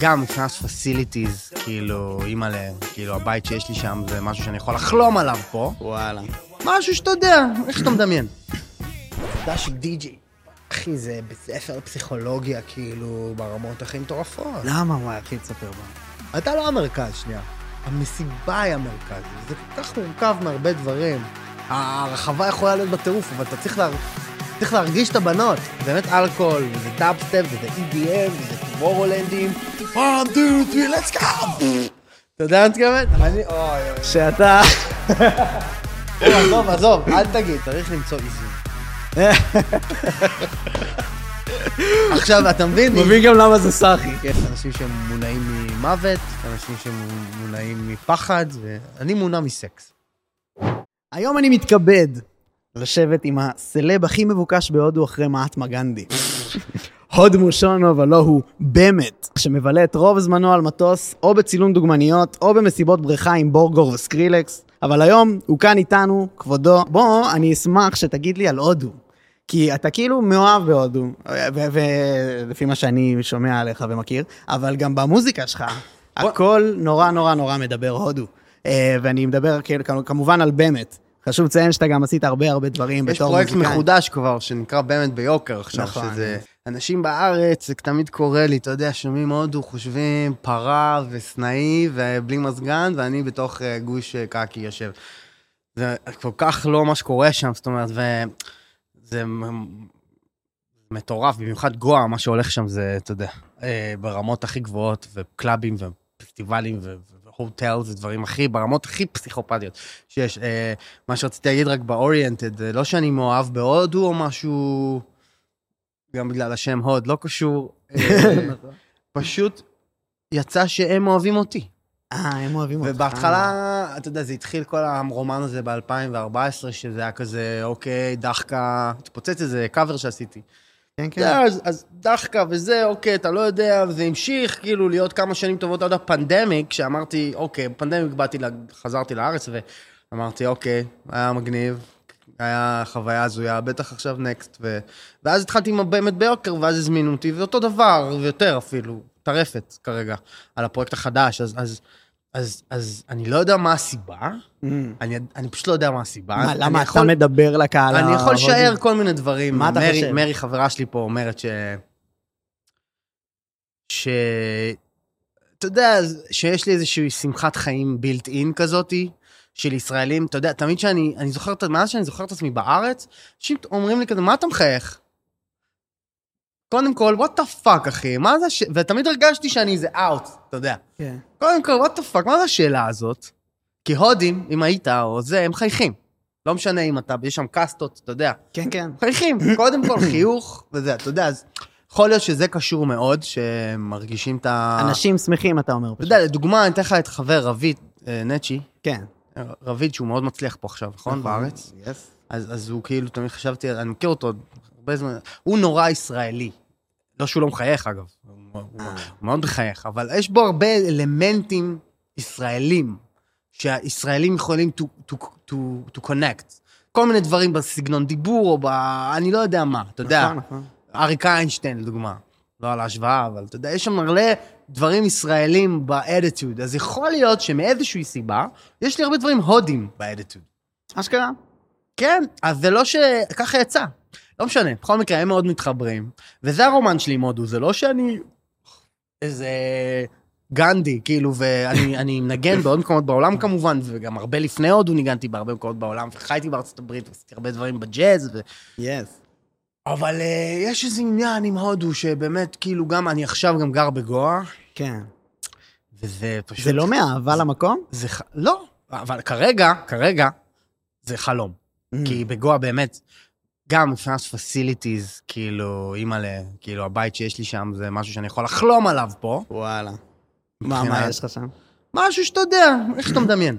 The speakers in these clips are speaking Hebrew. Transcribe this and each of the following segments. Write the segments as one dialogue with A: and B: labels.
A: גם מבחינת פסיליטיז, כאילו, אימא'לה, כאילו, הבית שיש לי שם זה משהו שאני יכול לחלום עליו פה.
B: וואלה.
A: משהו שאתה יודע, איך שאתה מדמיין.
C: עבודה של די-ג'י. אחי, זה בית ספר פסיכולוגיה, כאילו, ברמות הכי מטורפות.
B: למה וואי, אחי, תספר בו.
C: אתה לא המרכז, שנייה. המסיבה היא המרכז. זה כל כך מורכב מהרבה דברים. הרחבה יכולה להיות בטירוף, אבל אתה צריך, לה... צריך להרגיש את הבנות. זה באמת אלכוהול, וזה טאפסטפ, וזה EDM, וזה טבורולנדים. פעם, דו, דו, let's go! אתה יודע מה אני מתכוון? אני, אוי, אוי.
B: שאתה...
C: אוי, עזוב, עזוב, אל תגיד, צריך למצוא איזון. עכשיו, אתה מבין?
B: מבין גם למה זה סאחי, כן.
C: אנשים שהם מונעים ממוות, אנשים שהם מונעים מפחד, ואני מונע מסקס.
B: היום אני מתכבד לשבת עם הסלב הכי מבוקש בהודו אחרי מעטמה גנדי. הוד מושונוב, הלא הוא באמת, שמבלה את רוב זמנו על מטוס, או בצילום דוגמניות, או במסיבות בריכה עם בורגור וסקרילקס, אבל היום הוא כאן איתנו, כבודו. בוא, אני אשמח שתגיד לי על הודו. כי אתה כאילו מאוהב בהודו, ולפי מה שאני שומע עליך ומכיר, אבל גם במוזיקה שלך, הכל נורא נורא נורא מדבר הודו. אה, ואני מדבר כאילו, כמ- כמובן על באמת. חשוב לציין שאתה גם עשית הרבה הרבה דברים
A: יש
B: בתור
A: פרויקט
B: מוזיקאי.
A: מחודש כבר, שנקרא באמת ביוקר עכשיו,
B: נכון.
A: שזה... אנשים בארץ, זה תמיד קורה לי, אתה יודע, שומעים הודו, חושבים פרה וסנאי ובלי מזגן, ואני בתוך אה, גוש אה, קקי יושב. זה כל כך לא מה שקורה שם, זאת אומרת, וזה מטורף, במיוחד גואה, מה שהולך שם זה, אתה יודע, אה, ברמות הכי גבוהות, וקלאבים ופסטיבלים ו- והוטל, זה דברים הכי, ברמות הכי פסיכופתיות שיש. אה, מה שרציתי להגיד רק באוריינטד, זה לא שאני מאוהב בהודו או משהו, גם בגלל השם הוד, לא קשור. אה, פשוט יצא שהם אוהבים אותי.
B: אה, הם אוהבים אותך.
A: ובהתחלה, אתה יודע, זה התחיל כל הרומן הזה ב-2014, שזה היה כזה, אוקיי, דחקה, התפוצץ איזה קאבר שעשיתי.
B: כן,
A: כן.
B: כן.
A: אז, אז דחקה וזה, אוקיי, אתה לא יודע, וזה המשיך כאילו להיות כמה שנים טובות עד הפנדמיק, שאמרתי, אוקיי, בפנדמיק באתי, לה- חזרתי לארץ ואמרתי, אוקיי, היה מגניב, היה חוויה הזויה, בטח עכשיו נקסט. ו... ואז התחלתי עם הבאמת ביוקר, ואז הזמינו אותי, ואותו דבר, ויותר אפילו, טרפת כרגע, על הפרויקט החדש, אז, אז, אז, אז אני לא יודע מה הסיבה,
B: אמ.
A: אני, אני פשוט לא יודע מה הסיבה.
B: מה,
A: אני
B: למה אתה
A: יכול-
B: מדבר לקהל
A: אני יכול
B: ההודי?
A: לשער כל מיני דברים.
B: מה אתה
A: מרי-
B: חושב?
A: מרי, חברה שלי פה, אומרת ש... ש... אתה יודע, שיש לי איזושהי שמחת חיים בילט אין כזאתי, של ישראלים. אתה יודע, תמיד שאני, אני זוכר, את- מאז שאני זוכר את עצמי בארץ, אנשים אומרים לי כזה, מה אתה מחייך? קודם כל, what the fuck, אחי, מה זה הש... ותמיד הרגשתי שאני איזה אאוט, אתה יודע.
B: כן.
A: קודם כל, what the fuck, מה זה השאלה הזאת? כי הודים, אם היית או זה, הם חייכים. לא משנה אם אתה, יש שם קאסטות, אתה יודע.
B: כן, כן.
A: חייכים, קודם כל חיוך, וזה, אתה יודע, אז יכול להיות שזה קשור מאוד, שמרגישים את ה...
B: אה. אנשים שמחים, אתה אומר.
A: אתה
B: פשוט.
A: יודע, לדוגמה, אני אתן לך את חבר רביד אה, נצ'י,
B: כן.
A: אה, רביד שהוא מאוד מצליח פה עכשיו, נכון? בארץ.
B: יס.
A: אז, אז הוא כאילו, תמיד חשבתי, אני מכיר אותו עוד הרבה זמן, הוא נורא ישראלי. לא שהוא לא מחייך, אגב, הוא, הוא, הוא מאוד מחייך, אבל יש בו הרבה אלמנטים ישראלים, שהישראלים יכולים to, to, to, to connect. כל מיני דברים בסגנון דיבור, או ב... אני לא יודע מה, אתה יודע.
B: נכון, נכון.
A: אריק איינשטיין, לדוגמה. לא על ההשוואה, אבל אתה יודע, יש שם מלא דברים ישראלים באדיטוד. אז יכול להיות שמאיזושהי סיבה, יש לי הרבה דברים הודים באדיטוד.
B: אשכרה.
A: כן, אז זה לא שככה יצא. לא משנה, בכל מקרה, הם מאוד מתחברים. וזה הרומן שלי עם הודו, זה לא שאני איזה גנדי, כאילו, ואני אני מנגן בעוד מקומות בעולם כמובן, וגם הרבה לפני הודו ניגנתי בהרבה מקומות בעולם, וחייתי בארצות הברית, ועשיתי הרבה דברים בג'אז, ו...
B: יס.
A: אבל uh, יש איזה עניין עם הודו, שבאמת, כאילו, גם אני עכשיו גם גר בגואה,
B: כן.
A: וזה פשוט...
B: זה לא מאהבה למקום?
A: זה ח... לא, אבל כרגע, כרגע, זה חלום.
B: Mm.
A: כי בגואה באמת, גם מבחינת פסיליטיז, כאילו, אימא'לה, כאילו, הבית שיש לי שם זה משהו שאני יכול לחלום עליו פה.
B: וואלה. מה, מה
A: מבחינת-
B: יש לך שם?
A: משהו שאתה יודע, איך שאתה מדמיין.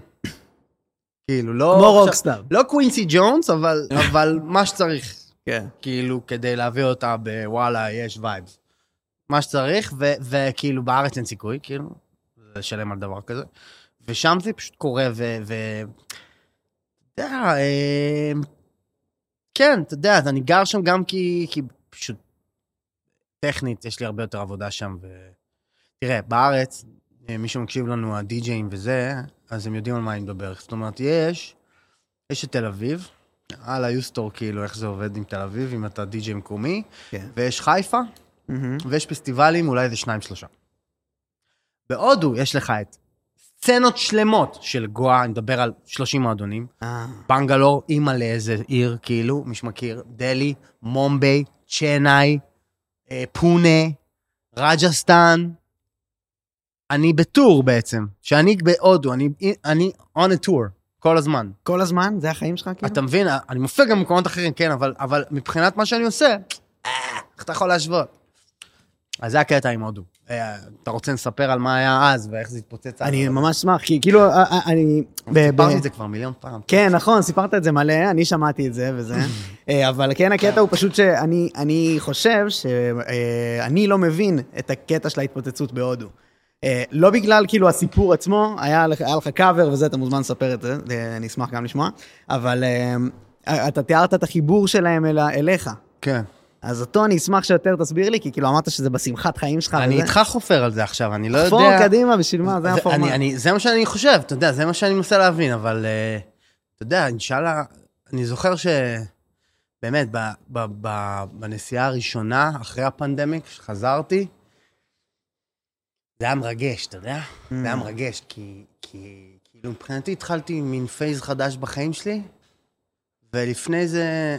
A: כאילו, לא...
B: כמו
A: עכשיו-
B: רוקסטאר.
A: לא קווינסי ג'ונס, אבל, אבל מה שצריך,
B: כן.
A: כאילו, כדי להביא אותה בוואלה, יש וייבס. מה שצריך, ו- וכאילו, בארץ אין סיכוי, כאילו, לשלם על דבר כזה. ושם זה פשוט קורה, ו... ו- אתה יודע, אה, כן, אתה יודע, אז אני גר שם גם כי, כי פשוט טכנית, יש לי הרבה יותר עבודה שם, ו... תראה, בארץ, אה, מי שמקשיב לנו, הדי-ג'אים וזה, אז הם יודעים על מה אני מדבר. זאת אומרת, יש, יש את תל אביב, על היוסטור, כאילו, איך זה עובד עם תל אביב, אם אתה די-ג'יי מקומי,
B: כן.
A: ויש חיפה,
B: מהמם.
A: ויש פסטיבלים, אולי איזה שניים, שלושה. בהודו יש לך את סצנות שלמות של גואה, אני מדבר על 30 מועדונים,
B: אה,
A: בנגלור, אימא לאיזה עיר, כאילו, מי שמכיר, דלהי, מומביי, צ'נאי, אה, פונה, רג'סטן. אני בטור בעצם, שאני בהודו, אני, אני on a tour כל הזמן.
B: כל הזמן? זה החיים שלך כאילו?
A: אתה מבין? אני מופיע גם במקומות אחרים, כן, אבל, אבל מבחינת מה שאני עושה, אה, איך אתה יכול להשוות? אז זה הקטע עם הודו. אה, אתה רוצה לספר על מה היה אז ואיך זה התפוצץ?
B: אני ממש אשמח, כי כאילו, אה, אה, אני... ב- ב-
A: דיברנו את זה כבר מיליון פעם.
B: כן, נכון, סיפרת את זה מלא, אני שמעתי את זה וזה. אה, אבל כן, הקטע הוא פשוט שאני אני חושב שאני לא מבין את הקטע של ההתפוצצות בהודו. אה, לא בגלל כאילו הסיפור עצמו, היה לך היה לך קאבר וזה, אתה מוזמן לספר את זה, אה, אני אשמח גם לשמוע, אבל אה, אתה תיארת את החיבור שלהם אל- אליך.
A: כן.
B: אז אותו אני אשמח שיותר תסביר לי, כי כאילו אמרת שזה בשמחת חיים שלך.
A: אני
B: וזה.
A: איתך חופר על זה עכשיו, אני לא יודע...
B: חפור קדימה, בשביל מה? זה הפורמט.
A: אני- אני- זה מה שאני חושב, אתה יודע, זה מה שאני מנסה להבין, אבל אה, אתה יודע, אינשאללה, אני זוכר ש... באמת, ב, ב, ב, בנסיעה הראשונה, אחרי הפנדמיק, כשחזרתי, זה היה מרגש, אתה יודע? זה
B: Mm.
A: היה מרגש, כי, כי כאילו מבחינתי התחלתי מין פייז חדש בחיים שלי, ולפני זה...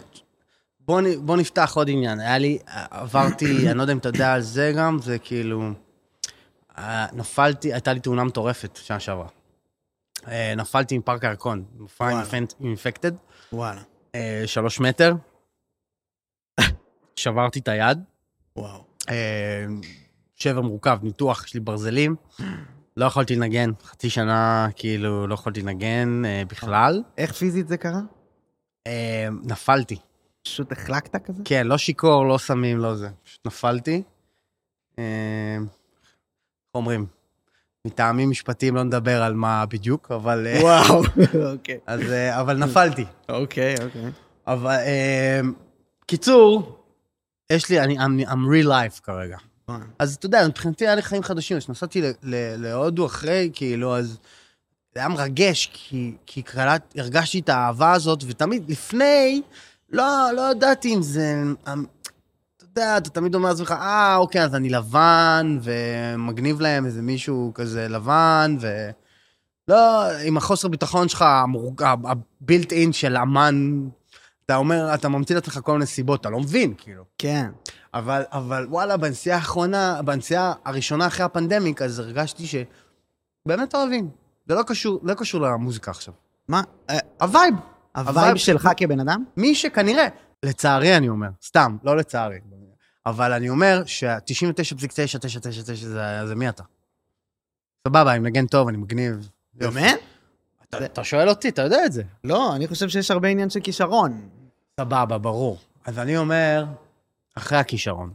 A: בוא, נ- בוא נפתח עוד עניין. היה לי, עברתי, אני לא יודע אם אתה יודע על זה גם, זה כאילו... אה, נפלתי, הייתה לי תאונה מטורפת שנה שעברה. אה, נפלתי מפארק הירקון, מופע
B: וואלה.
A: אינפקטד,
B: וואלה,
A: אה, שלוש מטר. שברתי את היד,
B: וואו.
A: אה, שבר מורכב, ניתוח, יש לי ברזלים. לא יכולתי לנגן, חצי שנה כאילו לא יכולתי לנגן אה, בכלל.
B: איך פיזית זה קרה?
A: אה, נפלתי.
B: פשוט החלקת כזה?
A: כן, לא שיכור, לא סמים, לא זה. פשוט נפלתי. אה, איך אומרים? מטעמים משפטיים לא נדבר על מה בדיוק, אבל... אה,
B: וואו, אוקיי.
A: אז, אה, אבל נפלתי.
B: אוקיי, אוקיי.
A: אבל... אה, קיצור, יש לי, אני, I'm, I'm real life כרגע. אז אתה יודע, מבחינתי היה לי חיים חדשים. כשנסעתי ל- ל- להודו אחרי, כאילו, אז זה היה מרגש, כי, כי קלט, הרגשתי את האהבה הזאת, ותמיד לפני, לא, לא ידעתי אם זה... אמ, אתה יודע, אתה תמיד אומר לעצמך, אה, אוקיי, אז אני לבן, ומגניב להם איזה מישהו כזה לבן, ו... לא, עם החוסר ביטחון שלך, המורג- ה- הבילט אין של אמן, אתה אומר, אתה ממציא לעצמך כל מיני סיבות, אתה לא מבין, כאילו.
B: כן.
A: אבל, אבל וואלה, בנסיעה האחרונה, בנסיעה הראשונה אחרי הפנדמיק, אז הרגשתי שבאמת אוהבים. זה לא קשור, לא קשור למוזיקה עכשיו.
B: מה, אה,
A: הווייב,
B: הווייב שלך כבן אדם?
A: מי שכנראה, לצערי אני אומר, סתם, לא לצערי, אבל אני אומר ש-99.999 זה, זה מי אתה. סבבה, אני מנגן טוב, אני מגניב.
B: באמת?
A: אתה, אתה שואל אותי, אתה יודע את זה.
B: לא, אני חושב שיש הרבה עניין של כישרון.
A: סבבה, ברור. אז אני אומר, אחרי הכישרון.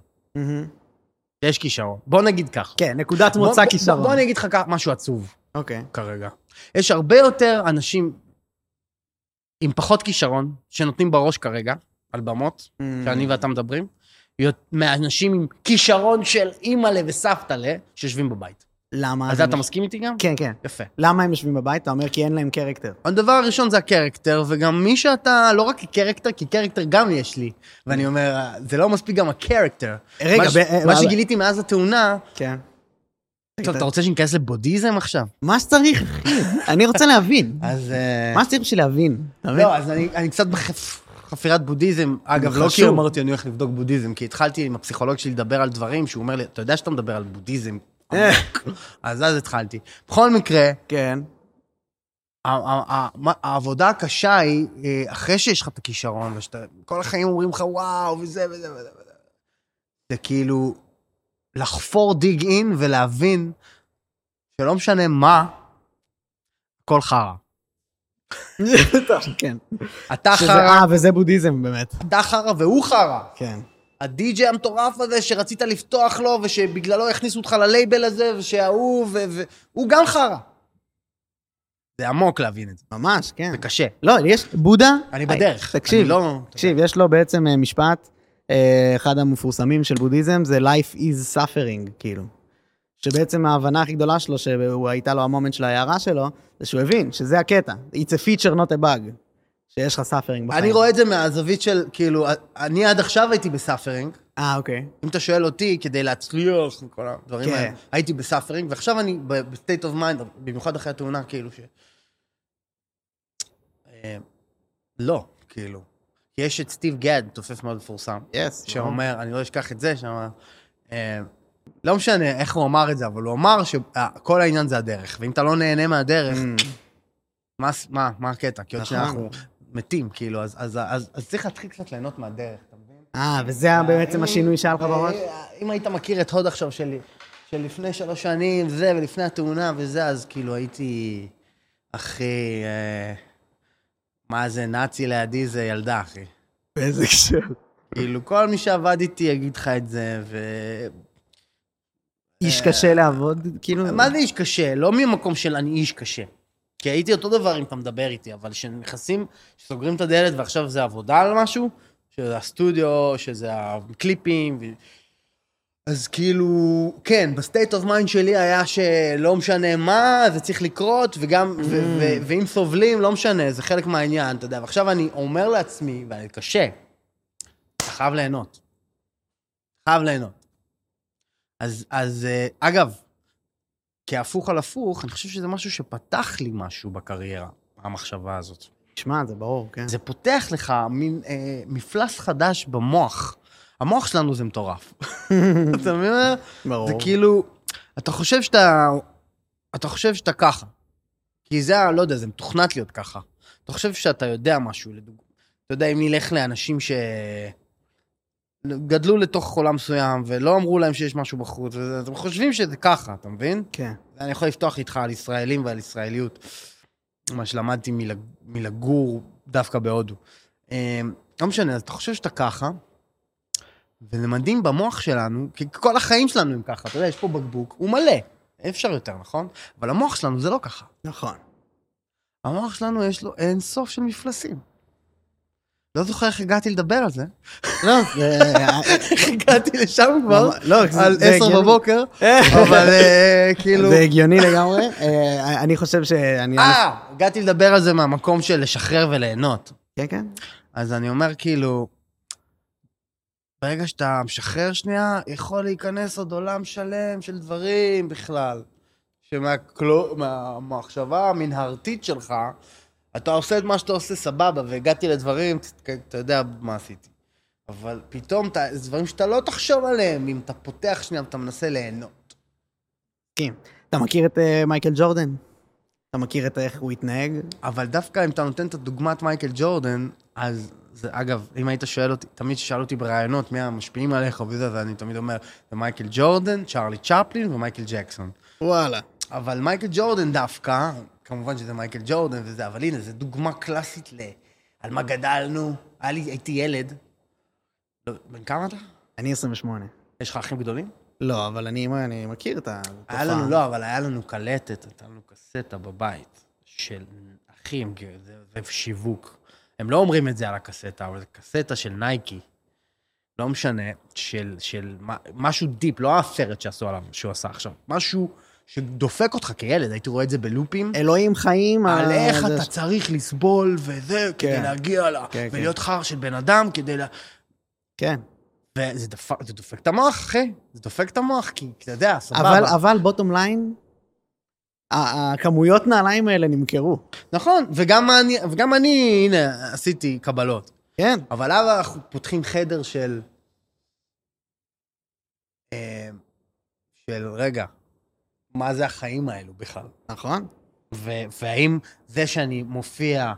A: יש כישרון. בוא נגיד ככה.
B: כן, נקודת מוצא
A: בוא-
B: כישרון.
A: בוא אני אגיד לך ככה, משהו עצוב.
B: אוקיי.
A: כרגע. יש הרבה יותר אנשים עם פחות כישרון, שנותנים בראש כרגע, על במות,
B: Mm.
A: שאני ואתה מדברים, יות- מאנשים עם כישרון של אימא'לה וסבתא'לה, שיושבים בבית.
B: למה?
A: על זה אתה מסכים איתי גם?
B: כן, כן.
A: יפה.
B: למה הם יושבים בבית? אתה אומר כי אין להם קרקטר.
A: הדבר הראשון זה הקרקטר, וגם מי שאתה, לא רק קרקטר, כי קרקטר גם יש לי. ואני אומר, "אה, זה לא מספיק גם הקרקטר.
B: רגע,
A: מה ש-
B: ב-
A: מה
B: אה,
A: שגיליתי מאז התאונה,
B: כן.
A: טוב, אתה רוצה שניכנס לבודהיזם עכשיו?
B: מה שצריך, אחי. אני רוצה להבין.
A: אז... אה,
B: מה שצריך בשביל להבין? אתה מבין?
A: לא, אז אני, אני קצת בחפירת בודהיזם. אגב, לא
B: חשוב.
A: כאילו אמרתי, אני הולך לבדוק בודהיזם, כי התחלתי עם הפסיכולוג שלי לדבר על דברים שהוא אומר לי, אתה יודע שאתה מדבר על בודהיזם.
B: אה."
A: עמוק." אז אז התחלתי. בכל מקרה,
B: כן.
A: ה- ה- ה- מה- העבודה הקשה היא, אה, אחרי שיש לך את הכישרון, ושאתה, כל החיים אומרים לך, וואו, וזה וזה וזה. וזה." זה כאילו לחפור דיג אין ולהבין שלא משנה מה, הכל חרא.
B: כן.
A: אתה
B: שזה-
A: חרא,
B: אה, וזה בודהיזם באמת.
A: אתה חרא והוא חרא.
B: כן.
A: הדי-ג'יי המטורף הזה שרצית לפתוח לו, ושבגללו הכניסו אותך ללייבל הזה, ושההוא, ו- ו- הוא גם חרא. זה עמוק להבין את זה,
B: ממש, כן.
A: זה קשה.
B: לא, יש, בודה...
A: אני בדרך.
B: תקשיב,
A: אני לא...
B: תקשיב, יש לו בעצם אה, משפט, אה, אחד המפורסמים של בודהיזם, זה Life is suffering, כאילו. שבעצם ההבנה הכי גדולה שלו, שהוא הייתה לו המומנט של ההערה שלו, זה שהוא הבין שזה הקטע. It's a feature, not a bug. שיש לך סאפרינג בחיים.
A: אני רואה את זה מהזווית של, כאילו, אני עד עכשיו הייתי בסאפרינג.
B: אה, אוקיי.
A: אם אתה שואל אותי, כדי להצליח וכל הדברים
B: כן.
A: האלה, הייתי בסאפרינג, ועכשיו אני בסטייט אוף מיינד, במיוחד אחרי התאונה, כאילו ש... אה, לא, כאילו. יש את סטיב גד, תופף מאוד מפורסם,
B: יס.
A: שאומר, אני לא אשכח את זה, שאמר... אה, לא משנה איך הוא אמר את זה, אבל הוא אמר שכל העניין זה הדרך, ואם אתה לא נהנה מהדרך, מה, מה, מה הקטע? כי עוד
B: נכון.
A: שנייה אנחנו מתים, כאילו, אז, אז, אז, אז צריך להתחיל קצת ליהנות מהדרך, אתה מבין?
B: אה, וזה היה בעצם
A: אם-
B: השינוי שהיה לך
A: אה,
B: בראש?
A: אם היית מכיר את הוד עכשיו שלי, שלפני שלוש שנים, זה, ולפני התאונה וזה, אז כאילו הייתי, אחי, אה, מה זה, נאצי לידי זה ילדה, אחי.
B: באיזה קשר.
A: כאילו, כל מי שעבד איתי יגיד לך את זה, ו...
B: איש קשה לעבוד, כאילו?
A: מה זה איש קשה? לא ממקום של אני איש קשה. כי הייתי אותו דבר אם אתה מדבר איתי, אבל כשנכנסים, כשסוגרים את הדלת ועכשיו זה עבודה על משהו, שזה הסטודיו, שזה הקליפים, ו... אז כאילו, כן, בסטייט אוף מיינד שלי היה שלא משנה מה, זה צריך לקרות, וגם, ו- ו- ואם סובלים, לא משנה, זה חלק מהעניין, אתה יודע. ועכשיו אני אומר לעצמי, ואני קשה, אתה חייב ליהנות. חייב ליהנות. אז, אז אה, אגב, כהפוך על הפוך, אני חושב שזה משהו שפתח לי משהו בקריירה, המחשבה הזאת.
B: שמע, זה ברור, כן.
A: זה פותח לך מין אה, מפלס חדש במוח. המוח שלנו זה מטורף. אתה מבין?
B: ברור.
A: זה כאילו, אתה חושב שאתה, אתה חושב שאתה ככה. כי זה, ה- לא יודע, זה מתוכנת להיות ככה. אתה חושב שאתה יודע משהו, לדוגמה. אתה יודע, אם נלך לאנשים ש... גדלו לתוך עולם מסוים, ולא אמרו להם שיש משהו בחוץ, וזה- אתם חושבים שזה ככה, אתה מבין?
B: כן.
A: אני יכול לפתוח איתך על ישראלים ועל ישראליות, מה שלמדתי מלג, מלגור דווקא בהודו. אה, לא משנה, אז אתה חושב שאתה ככה, ולמדים במוח שלנו, כי כל החיים שלנו הם ככה, אתה יודע, יש פה בקבוק, הוא מלא, אי אפשר יותר, נכון? אבל המוח שלנו זה לא ככה.
B: נכון.
A: המוח שלנו יש לו אין סוף של מפלסים. לא זוכר איך הגעתי לדבר על זה.
B: לא, זה...
A: איך הגעתי לשם כבר?
B: אה, לא,
A: על
B: זה הגיוני.
A: עשר בבוקר, אבל אה, כאילו...
B: זה הגיוני לגמרי. אה, אני חושב שאני...
A: אה, הגעתי לדבר על זה מהמקום של לשחרר וליהנות.
B: כן, כן.
A: אז אני אומר, כאילו, ברגע שאתה משחרר שנייה, יכול להיכנס עוד עולם שלם של דברים בכלל. שמהמחשבה המנהרתית שלך, אתה עושה את מה שאתה עושה סבבה, והגעתי לדברים, ת- אתה יודע מה עשיתי. אבל פתאום, אתה- זה דברים שאתה לא תחשוב עליהם, אם אתה פותח שנייה ואתה מנסה ליהנות.
B: כן. אתה מכיר את אה, מייקל ג'ורדן? אתה מכיר את איך הוא התנהג?
A: אבל דווקא אם אתה נותן את הדוגמת מייקל ג'ורדן, אז זה, אגב, אם היית שואל אותי, תמיד כששאלו אותי בראיונות מי המשפיעים עליך וזה, אז אני תמיד אומר, זה מייקל ג'ורדן, צ'רלי צ'פלין ומייקל ג'קסון.
B: וואלה.
A: אבל מייקל ג'ורדן דווקא, כמובן שזה מייקל ג'ורדן וזה, אבל הנה, זו דוגמה קלאסית ל... על מה גדלנו. היה לי, הייתי ילד. לא, בן כמה אתה?
B: אני 28.
A: יש לך אחים גדולים?
B: לא, אבל אני אני מכיר את ה...
A: היה לנו, לא, אבל היה לנו קלטת, הייתה לנו קסטה בבית של אחים, כאילו, זה זה שיווק. הם לא אומרים את זה על הקסטה, אבל זו קסטה של נייקי. לא משנה, של, של מה- משהו דיפ, לא הסרט שעשו עליו, שהוא עשה עכשיו. משהו שדופק אותך כילד, הייתי רואה את זה בלופים.
B: אלוהים חיים.
A: על
B: אה,
A: איך
B: זה-
A: אתה צריך לסבול וזה, כדי
B: כן.
A: להגיע ל...
B: כן, כן.
A: ולהיות חר של בן אדם, כדי ל...
B: כן.
A: וזה דפק, זה דופק את המוח, אחי. זה דופק את המוח, כי אתה יודע,
B: אבל,
A: סבבה.
B: אבל בוטום ליין, ה- הכמויות נעליים האלה נמכרו.
A: נכון, וגם אני, וגם אני, הנה, עשיתי קבלות.
B: כן.
A: אבל אז אנחנו פותחים חדר של... אה, של, רגע, מה זה החיים האלו בכלל?
B: נכון.
A: ו- והאם זה שאני מופיע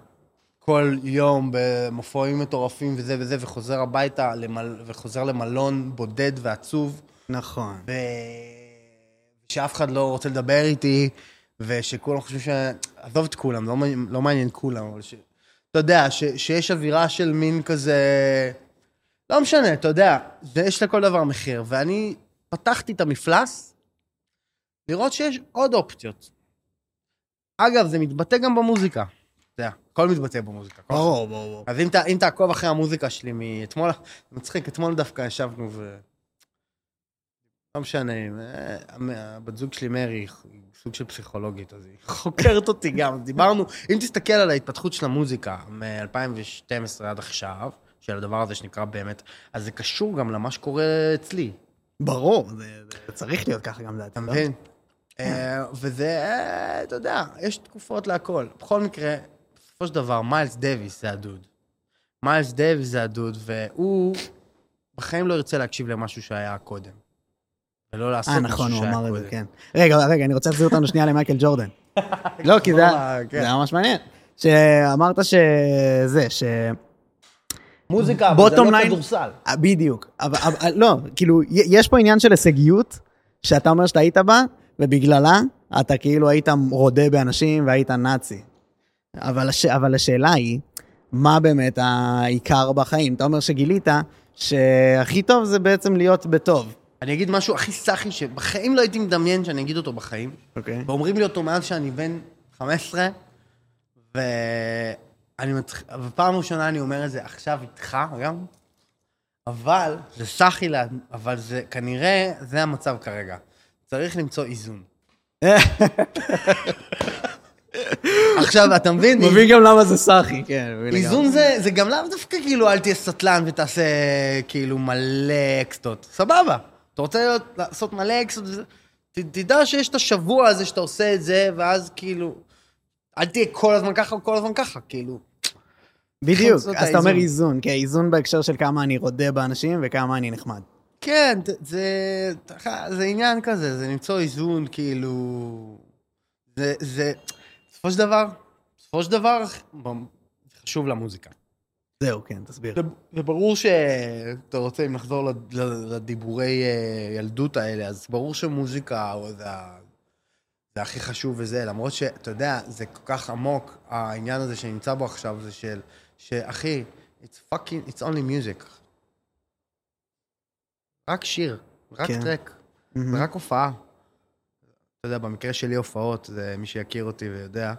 A: כל יום במופעים מטורפים וזה וזה, וחוזר הביתה למל... וחוזר למלון בודד ועצוב,
B: נכון.
A: ו... שאף אחד לא רוצה לדבר איתי, ושכולם חושבים ש... עזוב את כולם, לא מעניין, לא מעניין כולם, אבל ש... אתה יודע, ש... שיש אווירה של מין כזה... לא משנה, אתה יודע, זה- יש לכל דבר מחיר. ואני פתחתי את המפלס לראות שיש עוד אופציות. אגב, זה מתבטא גם במוזיקה. אתה יודע, הכל מתבטא במוזיקה. הכל.
B: ברור, ברור, ברור.
A: אז אם, ת, אם תעקוב אחרי המוזיקה שלי מאתמול, מצחיק, אתמול דווקא ישבנו ו... לא משנה, אה, הבת זוג שלי מרי היא סוג של פסיכולוגית, אז היא חוקרת אותי גם. דיברנו, אם תסתכל על ההתפתחות של המוזיקה מ-2012 עד עכשיו, של הדבר הזה שנקרא באמת, אז זה קשור גם למה שקורה אצלי.
B: ברור, זה זה צריך להיות ככה גם לדעתי.
A: אתה
B: לא?
A: מבין? כן. אה, וזה, אה, אתה יודע, יש תקופות להכל. בכל מקרה, בסופו של דבר, מיילס דוויס זה הדוד. מיילס דוויס זה הדוד, והוא בחיים לא ירצה להקשיב למשהו שהיה קודם. ולא לעשות
B: אה,
A: משהו שהיה
B: נכון,
A: קודם.
B: הוא אמר את זה, כן. רגע, רגע, אני רוצה להחזיר אותנו שנייה למייקל ג'ורדן. לא, כי זה היה-
A: כן.
B: זה היה ממש מעניין. שאמרת שזה, ש...
A: מוזיקה, אבל זה
B: בוטום
A: לא
B: ליין-
A: כדורסל.
B: אה, בדיוק. אבל, אבל לא, כאילו, י- יש פה עניין של הישגיות, שאתה אומר שאתה היית בה, ובגללה אתה כאילו היית רודה באנשים והיית נאצי. אבל, הש... אבל השאלה היא, מה באמת העיקר בחיים? אתה אומר שגילית שהכי טוב זה בעצם להיות בטוב.
A: אני אגיד משהו הכי סאחי, שבחיים לא הייתי מדמיין שאני אגיד אותו בחיים.
B: אוקיי.
A: ואומרים לי אותו מאז שאני בן 15, ואני מצח... ופעם ראשונה אני אומר את זה עכשיו איתך גם, אבל זה סאחי, לה... אבל זה כנראה, זה המצב כרגע. צריך למצוא איזון. עכשיו, אתה מבין?
B: מבין גם למה זה סאחי. כן, מבין לגמרי.
A: איזון זה, זה גם לאו דווקא כאילו אל תהיה סטלן ותעשה כאילו מלא אקסטות. סבבה. אתה רוצה להיות, לעשות מלא אקסטות, וזה- ת, תדע שיש את השבוע הזה שאתה עושה את זה, ואז כאילו, אל תהיה כל הזמן ככה או כל הזמן ככה, כאילו.
B: בדיוק,
A: זאת
B: אז אתה אומר
A: האיזון.
B: איזון, כי האיזון בהקשר של כמה אני רודה באנשים וכמה אני נחמד.
A: כן, ת- זה, אתה- זה עניין כזה, זה למצוא איזון, כאילו... זה, זה, בסופו של דבר, בסופו של דבר, זה חשוב למוזיקה.
B: זהו, כן, תסביר.
A: זה- זה ברור שאתה רוצה, אם נחזור לד- ל- לדיבורי אה, ילדות האלה, אז ברור שמוזיקה או זה, ה- זה הכי חשוב וזה, למרות שאתה יודע, זה כל כך עמוק, העניין הזה שאני נמצא בו עכשיו, זה של, שאחי, it's fucking, it's only music. רק שיר, רק
B: כן.
A: כן. טרק,
B: מהמם.
A: זה רק הופעה. אתה יודע, במקרה שלי הופעות, זה מי שיכיר אותי ויודע,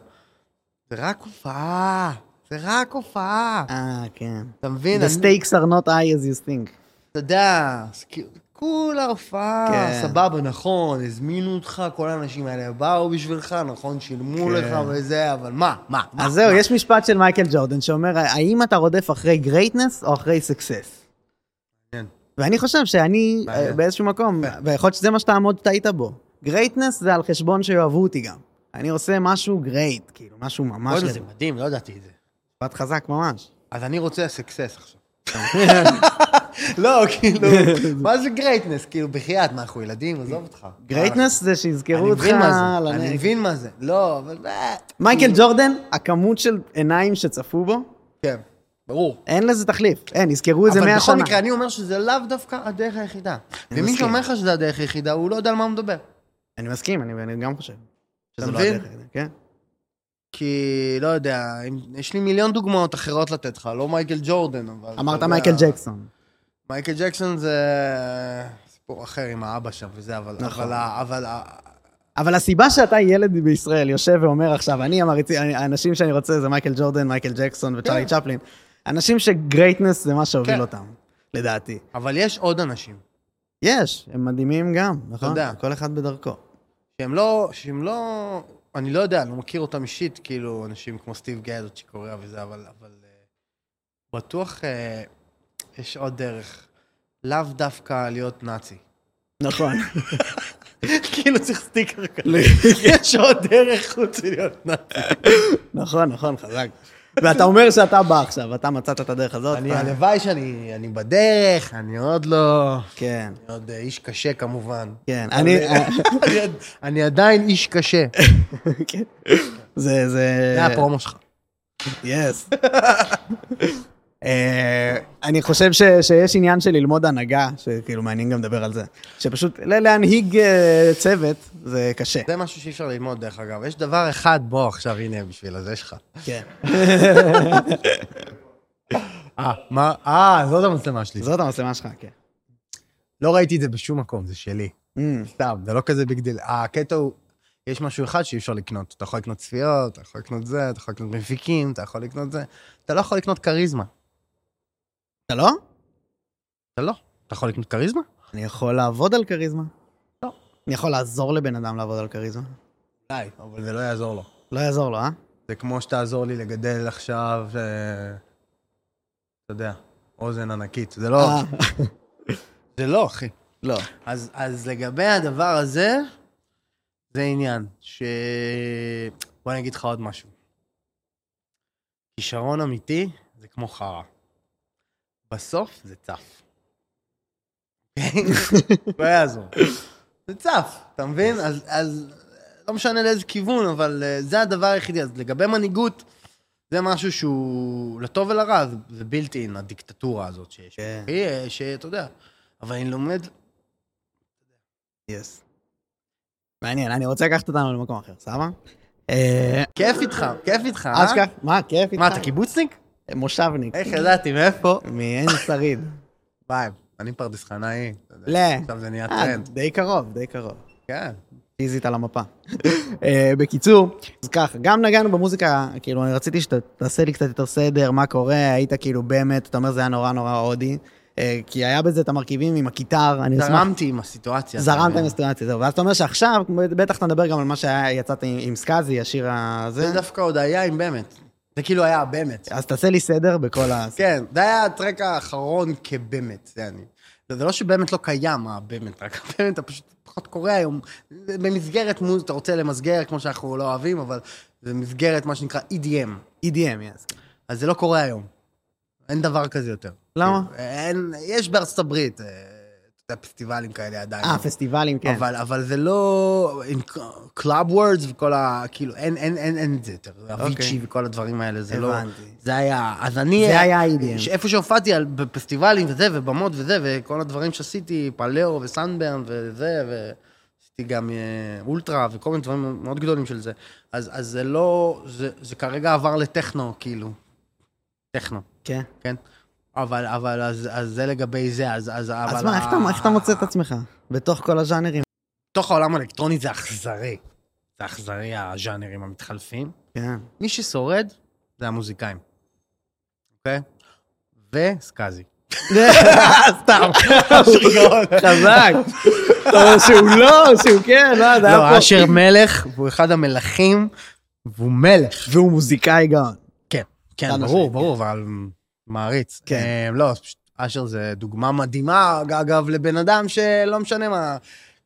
A: זה רק הופעה, זה רק הופעה.
B: אה, כן.
A: אתה מבין?
B: The
A: אני-
B: stakes are not high as you think.
A: אתה יודע, זה כאילו, כולה הופעה,
B: כן.
A: סבבה, נכון, הזמינו אותך, כל האנשים האלה באו בשבילך, נכון, שילמו
B: כן.
A: לך וזה, אבל מה, מה, מה?
B: אז זהו, יש משפט של מייקל ג'ורדן שאומר, האם אתה רודף אחרי גרייטנס או אחרי סקסס?
A: כן.
B: ואני חושב שאני אה,
A: מעניין.
B: באיזשהו מקום, ויכול להיות שזה מה שאתה עמוד טעית בו. גרייטנס זה על חשבון שיאהבו אותי גם. אני עושה משהו גרייט, כאילו, משהו ממש...
A: בוא'נה,
B: גדול.
A: זה מדהים, לא ידעתי את זה.
B: משפט חזק ממש.
A: אז אני רוצה סקסס עכשיו. לא, כאילו, מה זה גרייטנס? כאילו, בחייאת, מה, אנחנו ילדים? עזוב אותך.
B: גרייטנס זה שיזכרו
A: אני
B: אותך...
A: מבין מה זה,
B: לנ-
A: אני מבין מה זה. לא, אבל... אה,
B: מייקל ג'ורדן, הכמות של עיניים שצפו בו,
A: כן, ברור.
B: אין לזה תחליף. אין, יזכרו את זה
A: אבל
B: מאה
A: בכל
B: שנה.
A: מקרה, אני אומר שזה לאו דווקא הדרך היחידה. ומי
B: מסכים.
A: שאומר לך שזה הדרך היחידה, הוא לא יודע על מה הוא מדבר.
B: אני מסכים, אני אני גם חושב. שזה לא
A: מבין?
B: הדרך, היחידה, כן?
A: כי, לא יודע, אם- יש לי מיליון דוגמאות אחרות לתת לך, לא מייקל ג'ורדן, אבל... אתה
B: אמרת
A: יודע,
B: מייקל ג'קסון.
A: מייקל ג'קסון זה סיפור אחר עם האבא שם וזה, אבל...
B: נכון.
A: אבל, ה- אבל ה-
B: אבל הסיבה שאתה ילד בישראל יושב ואומר עכשיו, אני המריצי, אני- האנשים שאני רוצה זה מייקל ג'ורדן, מייקל ג'קסון וצ'ארלי
A: כן.
B: צ'פלין. אנשים שגרייטנס זה מה שהוביל
A: כן.
B: אותם, לדעתי.
A: אבל יש עוד אנשים,
B: יש, הם מדהימים גם, נכון?
A: יודע.
B: כל אחד בדרכו.
A: שהם לא... שהם לא... אני לא יודע, אני לא מכיר אותם אישית, כאילו, אנשים כמו סטיב גאדות שקורע וזה, אבל... אבל אה, בטוח אה, יש עוד דרך. לאו דווקא להיות נאצי.
B: נכון.
A: כאילו צריך סטיקר כזה. יש עוד דרך חוץ מלהיות נאצי.
B: נכון, נכון, חזק. ואתה אומר שאתה בא עכשיו, אתה מצאת את הדרך הזאת.
A: אני,
B: אתה-
A: הלוואי שאני אני בדרך, אני עוד לא...
B: כן,
A: אני עוד אה, איש קשה כמובן.
B: כן. אני...
A: אני עד- אני עדיין איש קשה.
C: אה,
B: כן. זה, זה...
A: זה הפרומו שלך.
B: יס. אה, אני חושב ש, שיש עניין של ללמוד הנהגה, שכאילו מעניין גם לדבר על זה. שפשוט ל- להנהיג אה, צוות זה קשה.
A: זה משהו שאי אפשר ללמוד דרך אגב. יש דבר אחד, בוא עכשיו, הנה, בשביל הזה שלך.
B: כן.
A: אה, מה? אה, זאת המצלמה שלי.
B: זאת המצלמה שלך, כן.
A: לא ראיתי את זה בשום מקום, זה שלי.
B: אמ,
A: סתם, זה לא כזה ביג דיל. הקטע הוא, יש משהו אחד שאי אפשר לקנות. אתה יכול לקנות צפיות, אתה יכול לקנות זה, אתה יכול לקנות מפיקים, אתה יכול לקנות זה. אתה לא יכול לקנות כריזמה.
B: אתה לא?
A: אתה לא. אתה יכול לקנות כריזמה?
B: אני יכול לעבוד על כריזמה. אני יכול לעזור לבן אדם לעבוד על כריזמה?
A: די.
C: אבל זה לא יעזור לו.
B: לא יעזור לו, אה?
C: זה כמו שתעזור לי לגדל עכשיו, אה, אתה יודע, אוזן ענקית. זה לא...
B: אה,
A: זה לא, אחי.
B: לא.
A: אז, אז לגבי הדבר הזה, זה עניין ש... בוא אני אגיד לך עוד משהו. כישרון אמיתי זה כמו חרא. בסוף זה צף. אוקיי? לא יעזור. זה צף, אתה מבין? אז, אז לא משנה לאיזה כיוון, אבל אה, זה הדבר היחידי. אז לגבי מנהיגות, זה משהו שהוא לטוב ולרע, זה, זה בלתי אין, הדיקטטורה הזאת שיש.
B: כן.
A: אחי, אה, שאתה יודע, אבל אני לומד
B: יס. מעניין, אני רוצה לקחת אותנו למקום אחר, סבבה? אה,
A: כיף איתך, כיף איתך, אה?
B: אז כך, מה, כיף איתך?
A: מה, אתה קיבוצניק?
B: מושבניק.
A: איך ידעתי, מאיפה?
B: מעין שריד.
C: ביי, אני פרדס חנאי. אתה יודע.
B: לא.
C: עכשיו זה נהיה
B: אה,
C: טרנד.
B: די קרוב, די קרוב.
C: כן.
B: פיזית על המפה. אה, בקיצור, אז ככה, גם נגענו במוזיקה, כאילו, אני רציתי שתעשה לי קצת יותר סדר, מה קורה, היית כאילו באמת, אתה אומר זה היה נורא נורא הודי, אה, כי היה בזה את המרכיבים עם הקיטר, אני אשמח...
A: זרמתי עם הסיטואציה. כן.
B: זרמת עם הסטרנציה, זהו. ואז אתה אומר שעכשיו, בטח אתה מדבר גם על מה שיצאת עם עם סקאזי, השיר הזה,
A: זה דווקא עוד היה עם באמת. זה כאילו היה באמת.
B: אז תעשה לי סדר בכל ה...
A: כן, זה היה הטרק האחרון כבאמת, זה אני. לא, זה לא שבאמת לא קיים הבאמת, רק הבאמת, אתה פשוט פחות קורא היום. זה במסגרת מוז, אתה רוצה למסגר, כמו שאנחנו לא אוהבים, אבל זה מסגרת, מה שנקרא E EDM.
B: EDM, יס.
A: אז זה לא קורה היום. אין דבר כזה יותר.
B: למה?
A: אין, יש בארצות הברית, אה, אתה יודע, פסטיבלים כאלה עדיין.
B: אה, פסטיבלים, כן.
A: אבל, אבל זה לא... עם קלאב וורדס וכל ה... כאילו, אין, אין, אין, אין את זה יותר. אביצ'י וכל הדברים האלה, זה לא...
B: אוקיי. הבנתי.
A: זה היה... אז אני...
B: זה היה ה-EDM.
A: ש- איפה שהופעתי, על- בפסטיבלים וזה, ובמות וזה, וכל הדברים שעשיתי, פלאו וסנברן וזה, ו... עשיתי גם אה, אולטרה וכל מיני דברים מאוד גדולים של זה. אז, אז זה לא... זה, זה כרגע עבר לטכנו, כאילו. טכנו,
B: כן.
A: כן? אבל, אבל אז, אז זה לגבי זה, אז... אז,
B: אז
A: אבל
B: מה, איך אתה-
A: ה-
B: איך אתה מוצא את עצמך? בתוך כל הז'אנרים.
A: בתוך העולם האלקטרוני זה אכזרי. זה אכזרי, הז'אנרים המתחלפים.
B: כן.
A: מי ששורד זה המוזיקאים, אוקיי? וסקאזי.
B: סתם. לא- חזק. אתה אומר שהוא לא, שהוא כן, לא, זה היה
A: לא,
B: פה.
A: אשר מלך, והוא אחד המלכים, והוא מלך.
B: והוא מוזיקאי גם.
A: כן,
B: חד
A: כן,
B: משמעית,
A: ברור,
B: כן.
A: ברור, אבל מעריץ.
B: כן.
A: אה, לא, פשוט אשר זה דוגמה מדהימה, אגב, לבן אדם שלא משנה מה,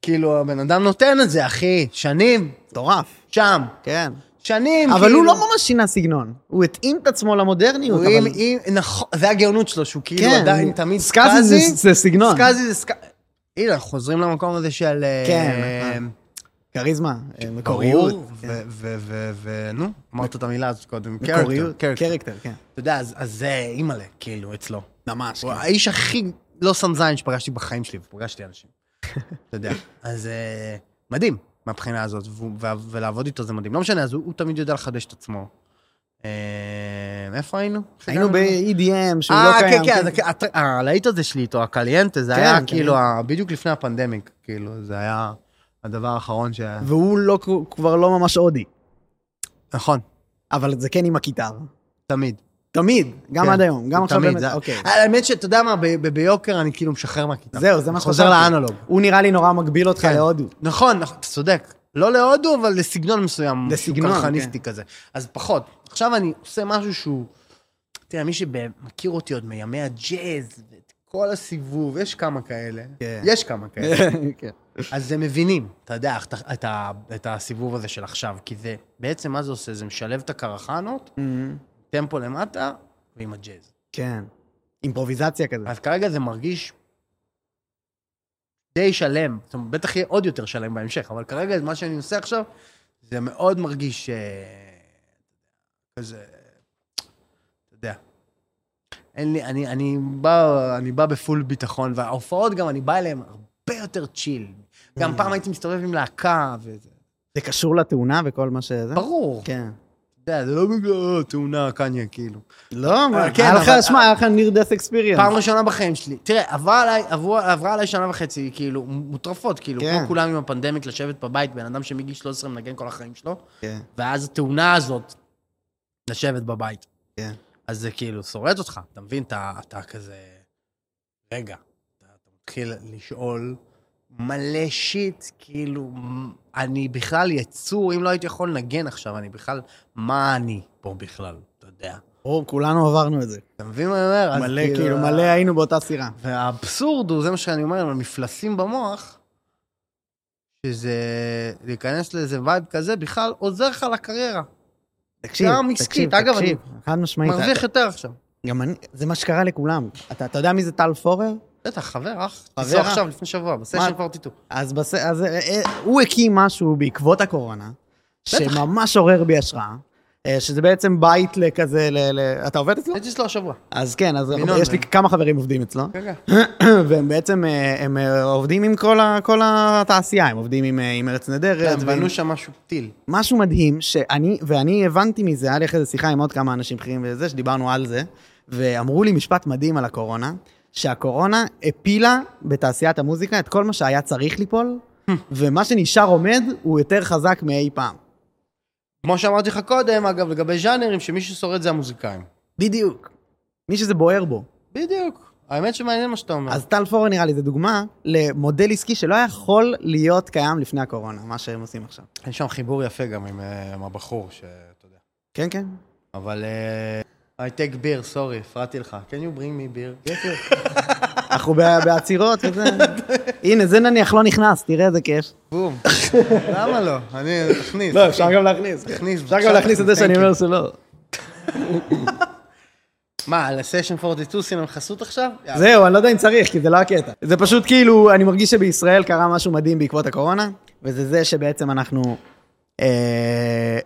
A: כאילו, הבן אדם נותן את זה, אחי, שנים,
B: מטורף.
A: שם,
B: כן.
A: שנים,
B: אבל הוא
A: כאילו.
B: לא ממש שינה סגנון. הוא התאים את עצמו למודרניות,
A: הוא
B: אבל...
A: עם, עם, נכון, זה הגאונות שלו, שהוא כאילו
B: כן,
A: עדיין תמיד
B: סקאזי זה- זה סגנון.
A: סקאזי זה סקאזי. הנה, אנחנו חוזרים למקום הזה של... אה,
B: כן,
A: אה,
B: נכון. כריזמה, אה, מקוריות.
A: מקוריות. ו- ו- ו- ו- נו, אמרת את המילה הזאת קודם.
B: כן. מקוריות,
A: כן. character, character.
B: קרקטר, כן.
A: אתה יודע, אז אז זה אימא'לה, כאילו, אצלו.
B: ממש.
A: הוא
B: כן.
A: האיש הכי לא שם זין שפגשתי בחיים שלי, ופגשתי אנשים. אתה יודע. אז אה, מדהים מהבחינה הזאת, והוא- וה- ולעבוד איתו זה מדהים. לא משנה, אז הוא הוא תמיד יודע לחדש את עצמו. אה, איפה היינו?
B: היינו ב-EDM שהוא לא
A: אה,
B: קיים.
A: כן, כן, אז הת- הלהיט הזה שלי איתו, הקליינטה, זה
B: כן,
A: היה
B: כן.
A: כאילו, ה- בדיוק לפני הפנדמיק, כאילו, זה היה הדבר האחרון שהיה.
B: והוא לא- כבר לא ממש הודי.
A: נכון,
B: אבל זה כן עם הקיטר.
A: תמיד.
B: תמיד, גם
A: כן,
B: עד היום, גם עכשיו
A: תמיד,
B: באמת,
A: זה- אה,
B: אוקיי.
A: האמת שאתה יודע מה, ב- ב- ביוקר אני כאילו משחרר מהכיתה.
B: זהו, זה מה
A: חוזר
B: שחשבתי.
A: לאנלוג.
B: הוא נראה לי נורא מגביל אותך
A: כן.
B: להודו.
A: נכון, נכון, אתה צודק. לא להודו, אבל לסגנון כן. מסוים.
B: לסגנון,
A: שהוא קרחניסטי כזה. אז פחות. עכשיו אני עושה משהו שהוא... תראה, מי שמכיר אותי עוד מימי הג'אז, ואת כל הסיבוב, יש כמה כאלה.
B: כן.
A: יש כמה כאלה.
B: כן.
A: אז הם מבינים, אתה יודע, את, את, ה- את הסיבוב הזה של עכשיו, כי זה, בעצם מה זה עושה? זה משלב את הקרחנות, Mm-hmm. טמפו למטה, ועם הג'אז.
B: כן. אימפרוביזציה כזה.
A: אז כרגע זה מרגיש די שלם, זאת אומרת, בטח יהיה עוד יותר שלם בהמשך, אבל כרגע מה שאני עושה עכשיו, זה מאוד מרגיש אה, כזה, אתה יודע. אין לי, אני, אני, בא, אני בא בפול ביטחון, וההופעות גם, אני בא אליהן הרבה יותר צ'יל. גם פעם הייתי מסתובב עם להקה וזה.
B: זה קשור לתאונה וכל מה שזה?
A: ברור.
B: כן.
A: אתה יודע, זה לא בגלל "אה, תאונה, קניה, כאילו.
B: לא, מה,
A: כן,
B: היה לך,
A: אבל-
B: שמע, היה לך ניר דס אקספיריאנס.
A: פעם ראשונה בחיים שלי. תראה, עברה עליי, עברו, עברה עליי שנה וחצי, כאילו, מוטרפות, כאילו,
B: כן.
A: כמו כולם עם הפנדמיק, לשבת בבית, בן אדם שמגיל 13 מנגן כל החיים שלו,
B: כן,
A: ואז התאונה הזאת, לשבת בבית.
B: כן.
A: אז זה כאילו שורט אותך, אתה מבין? אתה, אתה כזה... רגע, אתה, אתה מתחיל לשאול מלא שיט, כאילו, מ- אני בכלל יצור, אם לא הייתי יכול לנגן עכשיו, אני בכלל, מה אני פה בכלל, אתה יודע.
B: ברור, כולנו עברנו את זה.
A: אתה מבין מה אני אומר? אז
B: מלא, כאילו, מלא היינו באותה סירה.
A: והאבסורד הוא, זה מה שאני אומר, עם המפלסים במוח, שזה, להיכנס לאיזה וייב כזה, בכלל עוזר לך לקריירה.
B: תקשיב,
A: גם
B: תקשיב,
A: עסקית, אגב,
B: תקשיב. חד משמעית.
A: מרוויח יותר עכשיו.
B: גם אני, זה מה שקרה לכולם. אתה, אתה יודע מי זה טל פורר?
A: בטח, חבר, אח.
B: חבר,
A: תיסעו
B: אח.
A: עכשיו, לפני שבוע, בסשן כבר תיתו.
B: אז, בס... אז אה, אה, הוא הקים משהו בעקבות הקורונה, שממש עורר בי השראה, אה, שזה בעצם בית לכזה, ל... ל... אתה עובד אצלו?
A: הייתי אצלו השבוע.
B: אז כן, אז
A: ינון,
B: יש לי
A: אה.
B: כמה חברים עובדים אצלו,
A: כן,
B: והם בעצם אה, הם אה, עובדים עם כל, ה... כל התעשייה, הם עובדים עם, אה, עם ארץ נהדרת.
A: כן.
B: ועם-
A: בנו שם משהו טיל.
B: משהו מדהים, שאני, ואני הבנתי מזה, היה לי אחרי זה שיחה עם עוד כמה אנשים בכירים וזה, שדיברנו על זה, ואמרו לי משפט מדהים על הקורונה, שהקורונה הפילה בתעשיית המוזיקה את כל מה שהיה צריך ליפול, ומה שנשאר עומד הוא יותר חזק מאי פעם.
A: כמו שאמרתי לך קודם, אגב, לגבי ז'אנרים, שמי ששורד זה המוזיקאים.
B: בדיוק. מי שזה בוער בו.
A: בדיוק. האמת שמעניין מה שאתה אומר.
B: אז טל פורר נראה לי זה דוגמה למודל עסקי שלא היה יכול להיות קיים לפני הקורונה, מה שהם עושים עכשיו.
A: אין שם חיבור יפה גם עם, אה, עם הבחור, שאתה יודע.
B: כן, כן.
A: אבל... אה, I take beer, sorry, הפרעתי לך. can you bring me beer? Yes, yes.
B: אנחנו ב- בעצירות וזה. הנה, זה נניח לא נכנס, תראה איזה כיף.
A: בום. למה לא? אני, תכניס.
B: לא, גם להכניס. כן.
A: תכניס.
B: אפשר
A: בבקשה,
B: גם להכניס את זה
A: thank
B: שאני
A: you.
B: אומר שלא.
A: מה, על הסשן 42 סינם חסות עכשיו? יאללה.
B: זהו, אני לא יודע אם צריך, כי זה לא הקטע. זה פשוט כאילו, אני מרגיש שבישראל קרה משהו מדהים בעקבות הקורונה, וזה זה שבעצם אנחנו... אה,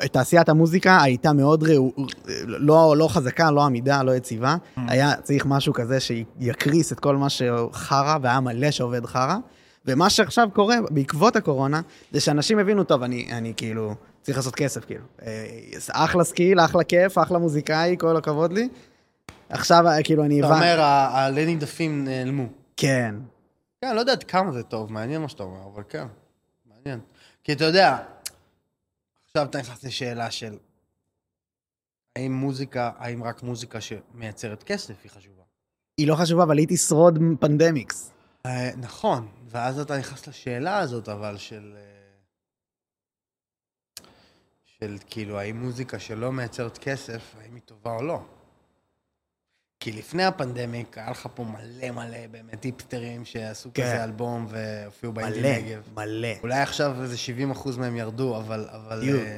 B: אה, תעשיית המוזיקה הייתה מאוד רעו... לא, לא חזקה, לא עמידה, לא יציבה.
A: Mm.
B: היה צריך משהו כזה שיקריס את כל מה שחרא, והיה מלא שעובד חרא. ומה שעכשיו קורה בעקבות הקורונה, זה שאנשים הבינו, טוב, אני, אני כאילו, צריך לעשות כסף, כאילו. אה, אחלה סקיל, אחלה כיף, אחלה מוזיקאי, כל הכבוד לי. עכשיו, אה, כאילו, אני
A: אתה
B: הבנתי...
A: אומר, ה- הלני דפים נעלמו.
B: כן.
A: כן, לא יודעת כמה זה טוב, מעניין מה שאתה אומר, אבל כן, מעניין. כי אתה יודע, עכשיו אתה נכנס לשאלה של האם מוזיקה, האם רק מוזיקה שמייצרת כסף היא חשובה?
B: היא לא חשובה, אבל היא תשרוד פנדמיקס.
A: אה, נכון, ואז אתה נכנס לשאלה הזאת, אבל של... אה, של כאילו, האם מוזיקה שלא מייצרת כסף, האם היא טובה או לא? כי לפני הפנדמיק, היה לך פה מלא מלא באמת היפסטרים שעשו
B: כן.
A: כזה אלבום והופיעו באינדי
B: מלא,
A: נגב.
B: מלא.
A: אולי עכשיו איזה 70 אחוז מהם ירדו, אבל... אבל
B: בדיוק.
A: אה,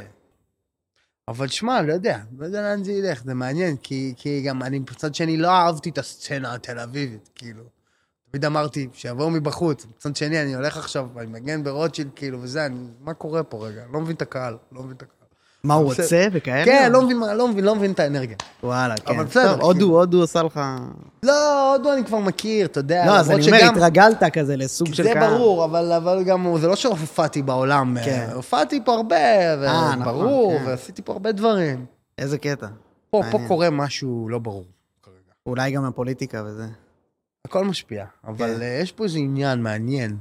A: אבל שמע, לא יודע, לא יודע לאן זה ילך, זה מעניין, כי, כי גם אני מצד שני לא אהבתי את הסצנה התל אביבית, כאילו. תמיד אמרתי, שיבואו מבחוץ, מצד שני אני הולך עכשיו, אני מגן ברוטשילד, כאילו, וזה, אני, מה קורה פה רגע? לא מבין את הקהל, לא מבין את הקהל.
B: מה הוא
A: בסדר.
B: רוצה וכאלה?
A: כן, לא מבין, מה- לא מבין, לא מבין את האנרגיה.
B: וואלה, כן.
A: אבל בסדר,
B: טוב, הודו,
A: כאילו.
B: הודו עשה לך...
A: לא, הודו אני כבר מכיר, אתה יודע,
B: לא, אז
A: למרות
B: אני אומר,
A: שגם-
B: התרגלת כזה לסוג של
A: זה
B: קהל.
A: ברור, אבל, אבל גם זה לא שהופעתי בעולם,
B: כן.
A: כן. הופעתי פה הרבה,
B: אה, נכון,
A: וברור,
B: כן.
A: ועשיתי פה הרבה דברים.
B: איזה קטע.
A: פה, פה
B: מעניין.
A: קורה משהו לא ברור כרגע.
B: אולי גם הפוליטיקה וזה.
A: הכל משפיע, אבל
B: כן.
A: כן. יש פה איזה עניין מעניין.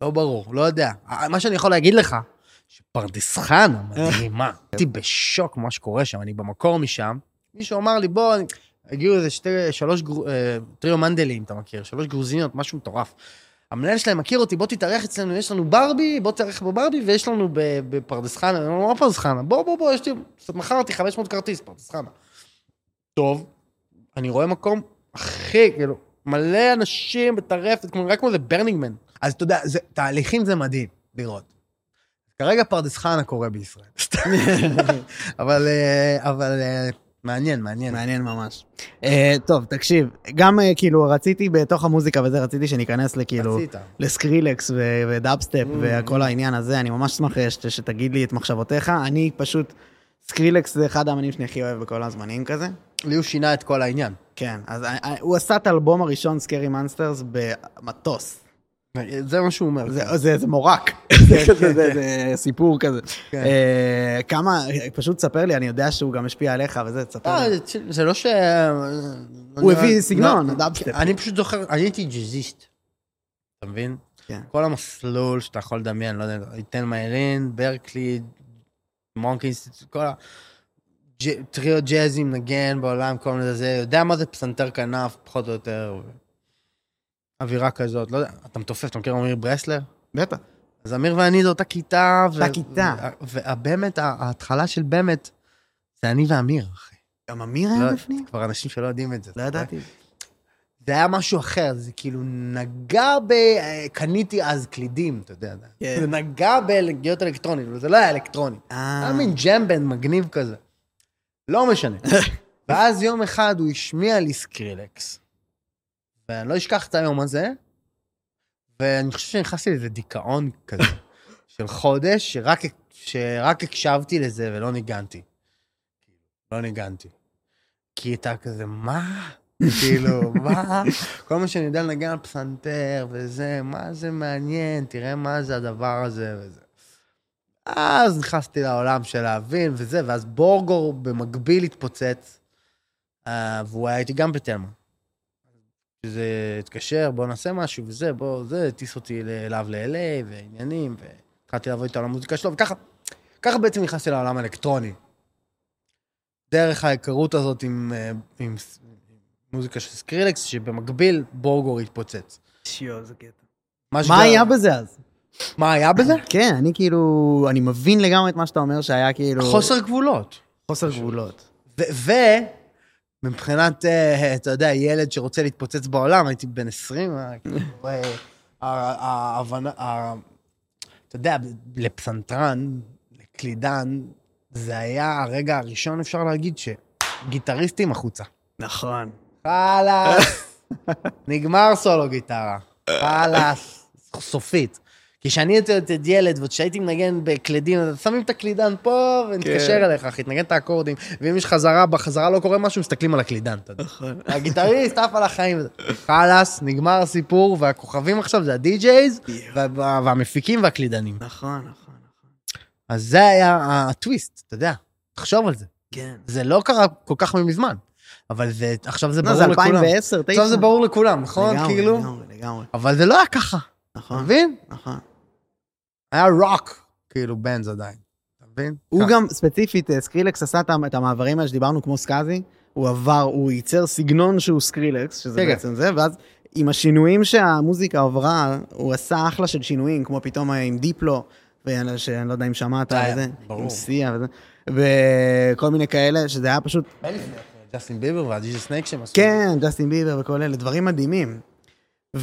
A: לא ברור, לא יודע. אה, מה שאני יכול להגיד לך, שפרדס חנה מדהימה. הייתי בשוק ממה שקורה שם, אני במקור משם. מישהו אמר לי, בוא, אני- הגיעו איזה שתי, שלוש, גרו- אה, טריו מנדלים, אתה מכיר, שלוש גרוזיניות, משהו מטורף. המנהל שלהם מכיר אותי, בוא תתארח אצלנו, יש לנו ברבי, בוא תתארח בברבי, ויש לנו ב- בפרדס חנה, אני אומר, מה פרדס חנה? בוא, בוא, בוא, יש לי, מכרתי 500 כרטיס, פרדס חנה. טוב, אני רואה מקום הכי, כאילו, מלא אנשים בטרפת, כמו, רק כמו זה ברנינגמן. אז אתה יודע, זה, תהליכים זה מדהים לראות. כרגע פרדס חנה קורה בישראל. סתם. אבל, אה, אבל אה, מעניין, מעניין.
B: מעניין ממש. אה, טוב, תקשיב, גם אה, כאילו רציתי בתוך המוזיקה וזה, רציתי שניכנס לכאילו...
A: רצית. Mm.
B: לסקרילקס ו- ודאפסטפ וכל העניין הזה, אני ממש אשמח ש- שתגיד לי את מחשבותיך. אני פשוט, סקרילקס זה אחד האמנים שאני הכי אוהב בכל הזמנים כזה.
A: לי הוא שינה את כל העניין.
B: כן, אז א- א- הוא עשה את האלבום הראשון, סקרי מנסטרס, במטוס.
A: זה מה שהוא אומר.
B: זה- זה זה מורק, כן, זה כזה, זה- זה סיפור כזה.
A: כן.
B: אה, כמה, פשוט תספר לי, אני יודע שהוא גם השפיע עליך וזה, תספר
A: אה,
B: לי.
A: זה- זה לא ש...
B: הוא
A: אני-
B: הביא סגנון,
A: לא,
B: דאפסטפ.
A: אני פשוט זוכר, אני הייתי ג'אזיסט. אתה מבין?
B: כן.
A: כל המסלול שאתה יכול לדמיין, לא יודע, איתן מיירין, ברקלי, מונקיס, כל ה... ג'- טריו ג'אזי מנגן בעולם, כל מיני זה, יודע מה זה פסנתר כנף, פחות או יותר. אווירה כזאת, לא יודע, אתה מתופף, אתה מכיר אמיר ברסלר?
B: בטח.
A: אז אמיר ואני זו אותה כיתה. ו-
B: אותה כיתה.
A: ו- ובאמת, ה- ההתחלה של באמת, זה אני ואמיר, אחי.
B: גם אמיר
A: לא-
B: היה בפנים?
A: כבר אנשים שלא יודעים את זה.
B: לא ידעתי.
A: זה היה משהו אחר, זה כאילו נגע ב... אה, קניתי אז קלידים, אתה יודע.
B: כן.
A: זה נגע בלגיות אלקטרונית, אבל זה לא היה אלקטרוני.
B: אה,
A: היה מין ג'מבן מגניב כזה. לא משנה. ואז יום אחד הוא השמיע לי סקרילקס. ואני לא אשכח את היום הזה, ואני חושב שנכנסתי לאיזה דיכאון כזה, של חודש, שרק, שרק הקשבתי לזה ולא ניגנתי. לא ניגנתי. כי אתה כזה, מה? כאילו, מה? כל מה שאני יודע לנגן על פסנתר וזה, מה זה מעניין, תראה מה זה הדבר הזה וזה. אז נכנסתי לעולם של להבין וזה, ואז בורגור במקביל התפוצץ, אה, והוא היה איתי גם בתלמה. שזה התקשר, בוא נעשה משהו וזה, בוא, זה, הטיס אותי אליו ל-LA ועניינים, והתחלתי לעבוד איתו על המוזיקה שלו, וככה, ככה בעצם נכנסתי לעולם האלקטרוני. דרך ההיכרות הזאת עם, אה, עם ס- עם מוזיקה של סקרילקס, שבמקביל בורגור התפוצץ.
B: שיו, זה קטע.
A: שגם-
B: מה היה בזה אז?
A: מה היה בזה?
B: כן, אני כאילו, אני מבין לגמרי את מה שאתה אומר שהיה כאילו...
A: חוסר גבולות.
B: חוסר גבולות.
A: ומבחינת, אה, אתה יודע, ילד שרוצה להתפוצץ בעולם, הייתי בן 20, אה, כאילו, אה, ה- ההבנה, ה- אתה יודע, לפסנתרן, לקלידן, זה היה הרגע הראשון, אפשר להגיד, שגיטריסטים החוצה.
B: נכון.
A: חלאס, נגמר סולו גיטרה, חלאס, סופית. כשאני הייתי עוד ילד, ועוד כשהייתי מנגן בקלידים, אז שמים את הקלידן פה, ונתקשר אליך, אחי, תנגן את האקורדים, ואם יש חזרה, בחזרה לא קורה משהו, מסתכלים על הקלידן, אתה יודע.
B: נכון.
A: הגיטריסט עף על החיים. חלאס, נגמר הסיפור, והכוכבים עכשיו זה הדי-ג'ייז, וה- וה- והמפיקים והקלידנים.
B: נכון, נכון, נכון.
A: אז זה היה הטוויסט, אתה יודע, תחשוב על זה.
B: כן.
A: זה לא קרה כל כך מזמן, אבל זה, עכשיו זה
B: לא,
A: ברור
B: זה
A: לכולם.
B: 2010, 2009.
A: עכשיו זה ברור לכולם, נכון?
B: לגמרי,
A: כאילו...
B: לגמרי, לגמרי.
A: אבל זה לא היה ככה, אתה
B: נכון,
A: מבין?
B: נכון.
A: היה רוק, כאילו בנז עדיין, אתה מבין?
B: הוא
A: ככה.
B: גם, ספציפית, אה, סקרילקס עשה את ה- את המעברים האלה שדיברנו, כמו סקאזי, הוא עבר, הוא ייצר סגנון שהוא סקרילקס, שזה
A: כן, כן.
B: בעצם זה, ואז עם השינויים שהמוזיקה עברה, הוא עשה אחלה של שינויים, כמו פתאום אה, עם דיפלו, ואני שאני לא יודע אם שמעת
A: אה,
B: על זה,
A: ברור.
B: עם סיה וזה, וכל מיני כאלה, שזה היה פשוט,
A: ג'סטין ביבר והג'יז'ה סנייק שהם עשו.
B: כן, ג'סטין ביבר וכל אלה, דברים מדהימים.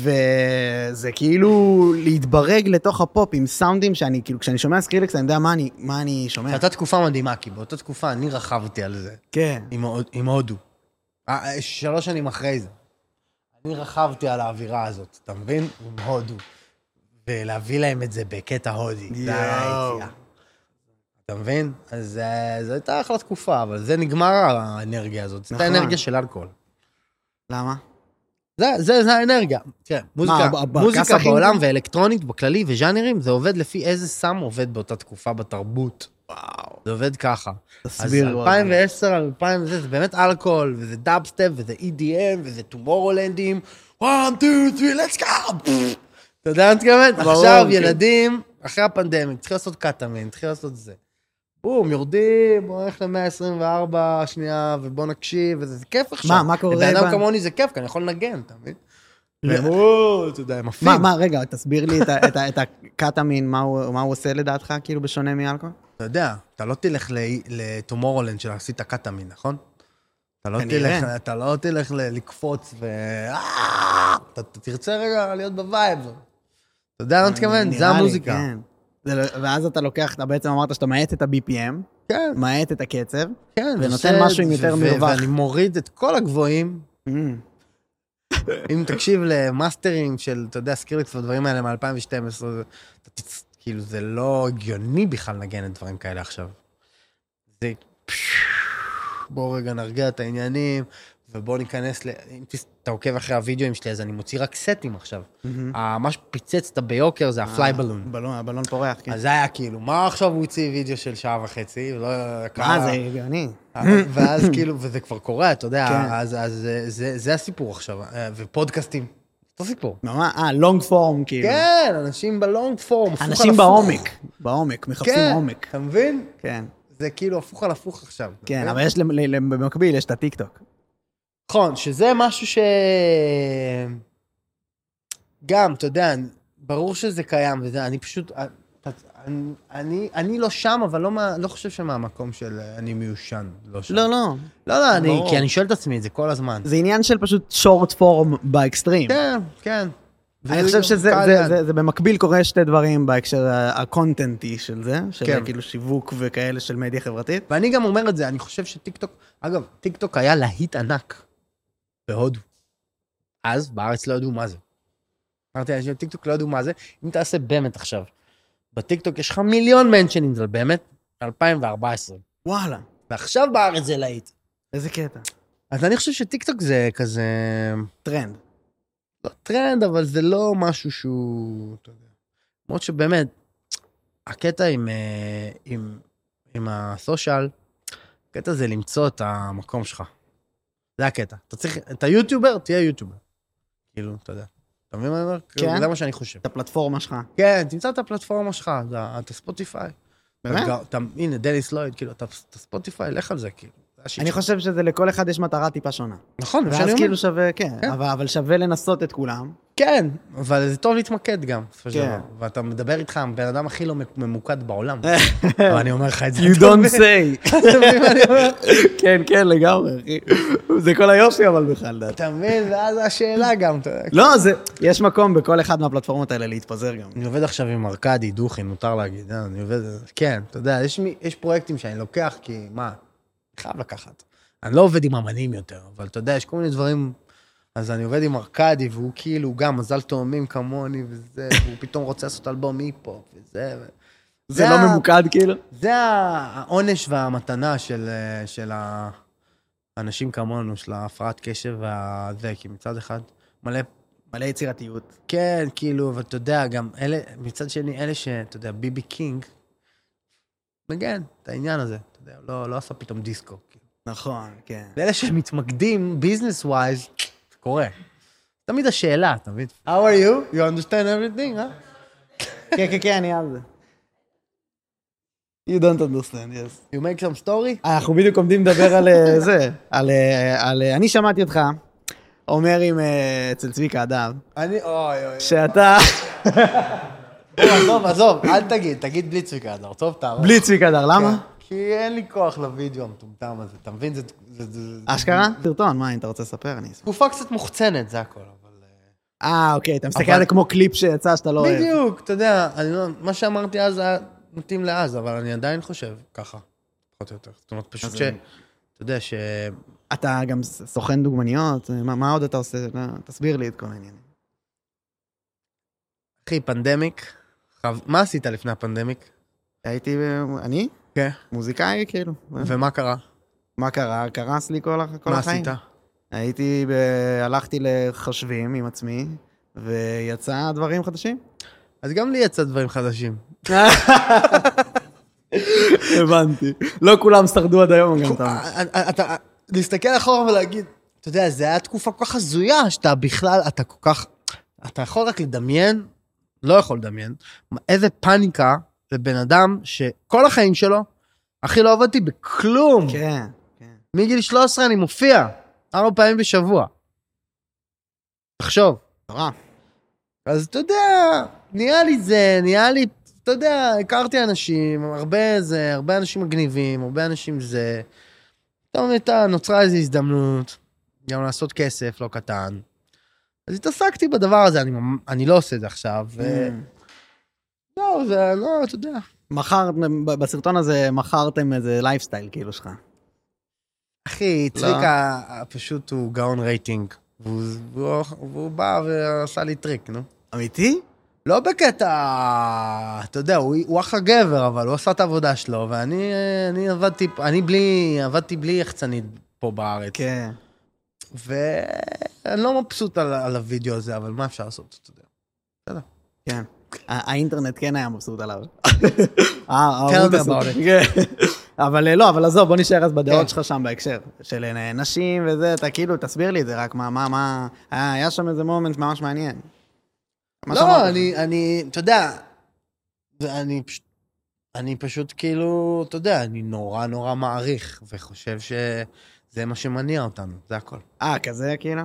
B: וזה כאילו להתברג לתוך הפופ עם סאונדים שאני, כאילו, כשאני שומע סקרילקס, אני יודע מה אני, מה אני שומע.
A: הייתה תקופה מדהימה, כי באותה תקופה אני רכבתי על זה,
B: כן.
A: עם הוד- עם הודו. אה, אה, שלוש שנים אחרי זה. אני רכבתי על האווירה הזאת, אתה מבין? עם הודו. ולהביא להם את זה בקטע הודי. זה היה
B: יואו.
A: היציאה. אתה מבין? אז אה, זו הייתה אחלה תקופה, אבל זה נגמר האנרגיה הזאת. זאת
B: נכון.
A: הייתה אנרגיה של אלכוהול.
B: למה?
A: זה, זה, זה האנרגיה. תראה, מוזיקה,
B: הב- הברכס
A: מוזיקה
B: הכי-
A: בעולם ואלקטרונית בכללי וז'אנרים, זה עובד לפי איזה סם עובד באותה תקופה בתרבות. וואו. זה עובד ככה.
B: תסביר,
A: אז
B: וואו.
A: 2010, 2000 זה, זה באמת אלכוהול, וזה דאבסטפ, וזה EDM, וזה טומורולנדים. 1, 2, 3, let's go! אתה יודע מה אני מתכוון?
B: ברור,
A: עכשיו
B: כן.
A: ילדים, אחרי הפנדמיק, צריכים לעשות קטאמין, צריכים לעשות זה. בום, יורדים, בוא נלך ל-124 שנייה, ובוא נקשיב, וזה זה כיף עכשיו.
B: מה קורה
A: לבן
B: ב-
A: אדם כמוני זה כיף, כי אני יכול לנגן, אתה מבין?
B: לא.
A: והם, "או, אתה יודע, הם עפים.
B: מה, מה, רגע, תסביר לי את ה- את ה- את הקטאמין, מה הוא מה הוא עושה לדעתך, כאילו, בשונה מאלכוהול?
A: אתה יודע, אתה לא תלך ל- לטומורולנד שעשית קטאמין, נכון? אתה לא
B: כנראה.
A: תלך, אתה לא תלך ל- לקפוץ ו... אה, אתה אתה תרצה רגע להיות בווייב. אתה יודע מה אני מתכוון? זה
B: אה, נראה לי,
A: המוזיקה.
B: כן. זה לא- ואז אתה לוקח, אתה בעצם אמרת שאתה מאט את ה-BPM,
A: כן,
B: מאט את הקצב.
A: כן.
B: ונותן
A: עושה
B: משהו עם
A: את-
B: יותר
A: ו-
B: מרווח.
A: ואני מוריד את כל הגבוהים.
B: Mm,
A: אם תקשיב למאסטרים של, אתה יודע, סקריליקס והדברים האלה מ-2012, כאילו, זה לא הגיוני בכלל לנגן את דברים כאלה עכשיו. זה... בואו רגע נרגיע את העניינים, ובואו ניכנס ל... אם תס- אתה עוקב אחרי הוידאוים שלי, אז אני מוציא רק סטים עכשיו.
B: מהמם. אה.
A: ה- מה שפיצץ את הביוקר זה הפליי בלון.
B: בלון, הבלון פורח, כן.
A: אז זה היה כאילו, מה עכשיו הוא הוציא וידאו של שעה וחצי, ולא...
B: מה, זה הגיוני.
A: אה, ואז כאילו, וזה כבר קורה, אתה יודע,
B: כן.
A: אז, אז זה, זה, זה הסיפור עכשיו, אה, ופודקאסטים, אותו סיפור.
B: ממש, אה, לונג פורם, כאילו.
A: כן, אנשים בלונג פורם, הפוך
B: אנשים
A: על הפוך.
B: בעומק, בעומק, מחפשים
A: כן,
B: עומק.
A: אתה מבין?
B: כן,
A: זה כאילו הפוך על הפוך עכשיו. אתה
B: כן,
A: מבין?
B: אבל יש, ל- ל- במקביל, יש את הטיקטוק.
A: נכון, שזה משהו ש... גם, אתה יודע, ברור שזה קיים, וזה, אני פשוט... אתה- אני, אני, אני לא שם, אבל לא, מה, לא חושב שמהמקום של אה, אני מיושן, לא שם.
B: לא, לא.
A: לא, לא, אני,
B: ברור.
A: כי אני שואל את עצמי את זה כל הזמן.
B: זה עניין של פשוט short form באקסטרים.
A: כן, כן.
B: אני
A: וזה
B: חושב
A: גם
B: שזה
A: קל
B: זה-
A: יד.
B: זה- זה במקביל קורה שתי דברים בהקשר ה- הקונטנטי של זה, של
A: כן.
B: כאילו שיווק וכאלה של מדיה חברתית.
A: ואני גם אומר את זה, אני חושב שטיקטוק, אגב, טיקטוק היה להיט ענק בהודו. אז בארץ לא ידעו מה זה. אמרתי לאנשים, טיקטוק לא ידעו מה זה. אם תעשה באמת עכשיו, בטיקטוק יש לך מיליון מנשנינג על באמת, 2014.
B: וואלה,
A: ועכשיו בארץ זה להיט.
B: איזה קטע.
A: אז אני חושב שטיקטוק זה כזה,
B: טרנד.
A: לא טרנד, אבל זה לא משהו שהוא, אתה יודע. למרות שבאמת, הקטע עם, אה, עם, עם הסושיאל, הקטע זה למצוא את המקום שלך. זה הקטע. אתה צריך, אתה יוטיובר, תהיה יוטיובר. כאילו, אתה יודע. אתה מבין מה אני אומר? כאילו,
B: כן.
A: זה מה שאני חושב.
B: את הפלטפורמה שלך.
A: כן, תמצא את הפלטפורמה שלך, אתה- אתה ספוטיפיי.
B: באמת?
A: אתה- אתה- הנה, דניס לויד, כאילו, אתה אתה ספוטיפיי, לך על זה, כאילו. זה השיט
B: אני
A: שלך.
B: חושב שזה לכל אחד יש מטרה טיפה שונה.
A: נכון, זה מה
B: ואז
A: שאני אומר.
B: כאילו שווה, כן,
A: כן.
B: אבל- אבל שווה לנסות את כולם.
A: כן, אבל זה טוב להתמקד גם, בסופו של
B: כן.
A: דבר. ואתה מדבר איתך, הבן אדם הכי לא ממוקד בעולם. אבל אני אומר לך את זה. אתה מבין?
B: say.
A: אתה מבין מה אני אומר?
B: כן, כן, לגמרי, אחי. זה כל היופי אבל בכלל, לדעתי.
A: אתה מבין? ואז השאלה גם, אתה יודע.
B: לא, זה... יש מקום בכל אחד מהפלטפורמות האלה להתפזר גם.
A: אני עובד עכשיו עם ארקדי, דוכין, מותר להגיד. אה, אני עובד... כן, אתה יודע, יש מי- יש פרויקטים שאני לוקח, כי מה? אני חייב לקחת. אני לא עובד עם אמנים יותר, אבל אתה יודע, יש כל מיני דברים... אז אני עובד עם ארקדי, והוא כאילו גם מזל תאומים כמוני, וזה, והוא פתאום רוצה לעשות אלבום היפ-הופ, וזה... ו-
B: זה לא ממוקד כאילו?
A: זה העונש והמתנה של, אה, של האנשים כמונו, של ההפרעת קשב והזה, כי מצד אחד מלא,
B: מלא יצירתיות.
A: כן, כאילו, אבל אתה יודע, גם אלה, מצד שני, אלה שאתה יודע, ביבי קינג, מגן את העניין הזה, אתה יודע, לא, לא עשה פתאום דיסקו.
B: נכון, כן.
A: ואלה שמתמקדים, ביזנס ווייז, זה קורה. תמיד השאלה, אתה מבין? How are you? You understand everything, אה?
B: כן, כן, כן, אני על זה. You don't understand, yes.
A: You make some story?
B: אנחנו בדיוק עומדים לדבר על אה, זה, על... אה, על, אה, אני שמעתי אותך אומר עם... אה, אצל צביקה אדם,
A: אני, אוי, אוי.
B: שאתה...
A: אוי, עזוב, עזוב, אל תגיד, תגיד בלי צביקה אדר, טוב, תערוך.
B: בלי צביקה אדר, למה?
A: כי אין לי כוח לוידאו המטומטם הזה, אתה מבין? זה... זה- זה- זה-
B: אשכרה? סרטון, מה, אם אתה רוצה לספר, אני אשמח.
A: תקופה קצת מוחצנת, זה הכל, אבל... אה,
B: אה, אוקיי, אתה מסתכל
A: אבל-
B: על זה כמו קליפ שיצא שאתה לא אוהב.
A: בדיוק, אתה יודע, אני לא- מה שאמרתי אז היה מתאים לאז, אבל אני עדיין חושב ככה, פחות או יותר. זאת אומרת, פשוט
B: אז
A: ש...
B: אני-
A: אתה יודע ש...
B: אתה גם ס- סוכן דוגמניות? מה מה עוד אתה עושה? לא, תסביר לי את כל העניינים.
A: אחי, פנדמיק, חב- מה עשית לפני הפנדמיק?
B: הייתי... אה, אני?
A: כן.
B: מוזיקאי, כאילו.
A: ומה קרה?
B: מה קרה? קרס לי כל הח- כל
A: מה
B: החיים.
A: עשית?
B: הייתי, ב... הלכתי לחשבים עם עצמי, ויצא דברים חדשים.
A: אז גם לי יצא דברים חדשים.
B: הבנתי. לא כולם שרדו עד היום, גם אתה.
A: אה, אתה- אתה... להסתכל אחורה ולהגיד, אתה יודע, זו הייתה תקופה כל כך הזויה, שאתה בכלל, אתה כל כך... אתה יכול רק לדמיין, לא יכול לדמיין, איזה פאניקה לבן אדם שכל החיים שלו, אחי, לא עבדתי בכלום.
B: כן, כן.
A: מגיל 13 אני מופיע, ארבע פעמים בשבוע. תחשוב.
B: נורא.
A: אז אתה יודע, נראה לי זה, נראה לי, אתה יודע, הכרתי אנשים, הרבה זה, הרבה אנשים מגניבים, הרבה אנשים זה. פתאום הייתה, נוצרה איזו הזדמנות, גם לעשות כסף לא קטן. אז התעסקתי בדבר הזה, אני, ממ- אני לא עושה את זה עכשיו. ו... לא, זה לא, אתה יודע.
B: מכרתם, ב- בסרטון הזה מכרתם איזה לייפסטייל כאילו שלך.
A: אחי,
B: לא.
A: צביקה אה, פשוט הוא גאון רייטינג. והוא, והוא, והוא בא ועשה לי טריק, נו.
B: אמיתי?
A: לא בקטע, אתה יודע, הוא, הוא אח הגבר, אבל הוא עשה את העבודה שלו, ואני אני עבדתי, אני בלי, עבדתי בלי יחצנית פה בארץ.
B: כן.
A: ואני לא מבסוט על, על הוידאו הזה, אבל מה אפשר לעשות, אתה יודע.
B: כן. ה- האינטרנט כן היה מבסוט עליו. אה,
A: Tell
B: אהבו את
A: me
B: הסוג.
A: about it.
B: כן. אבל אה, לא, אבל עזוב, בוא נשאר אז בדעות
A: כן.
B: שלך שם בהקשר. של אה, נשים וזה, אתה כאילו, תסביר לי את זה רק, מה, מה, מה... אה, היה שם איזה מומנט ממש מעניין. מה שאמרת.
A: לא, אני, אני, אתה יודע, אני פשוט, אני פשוט כאילו, אתה יודע, אני נורא נורא מעריך, וחושב שזה מה שמניע אותנו, זה הכל.
B: אה, כזה כאילו?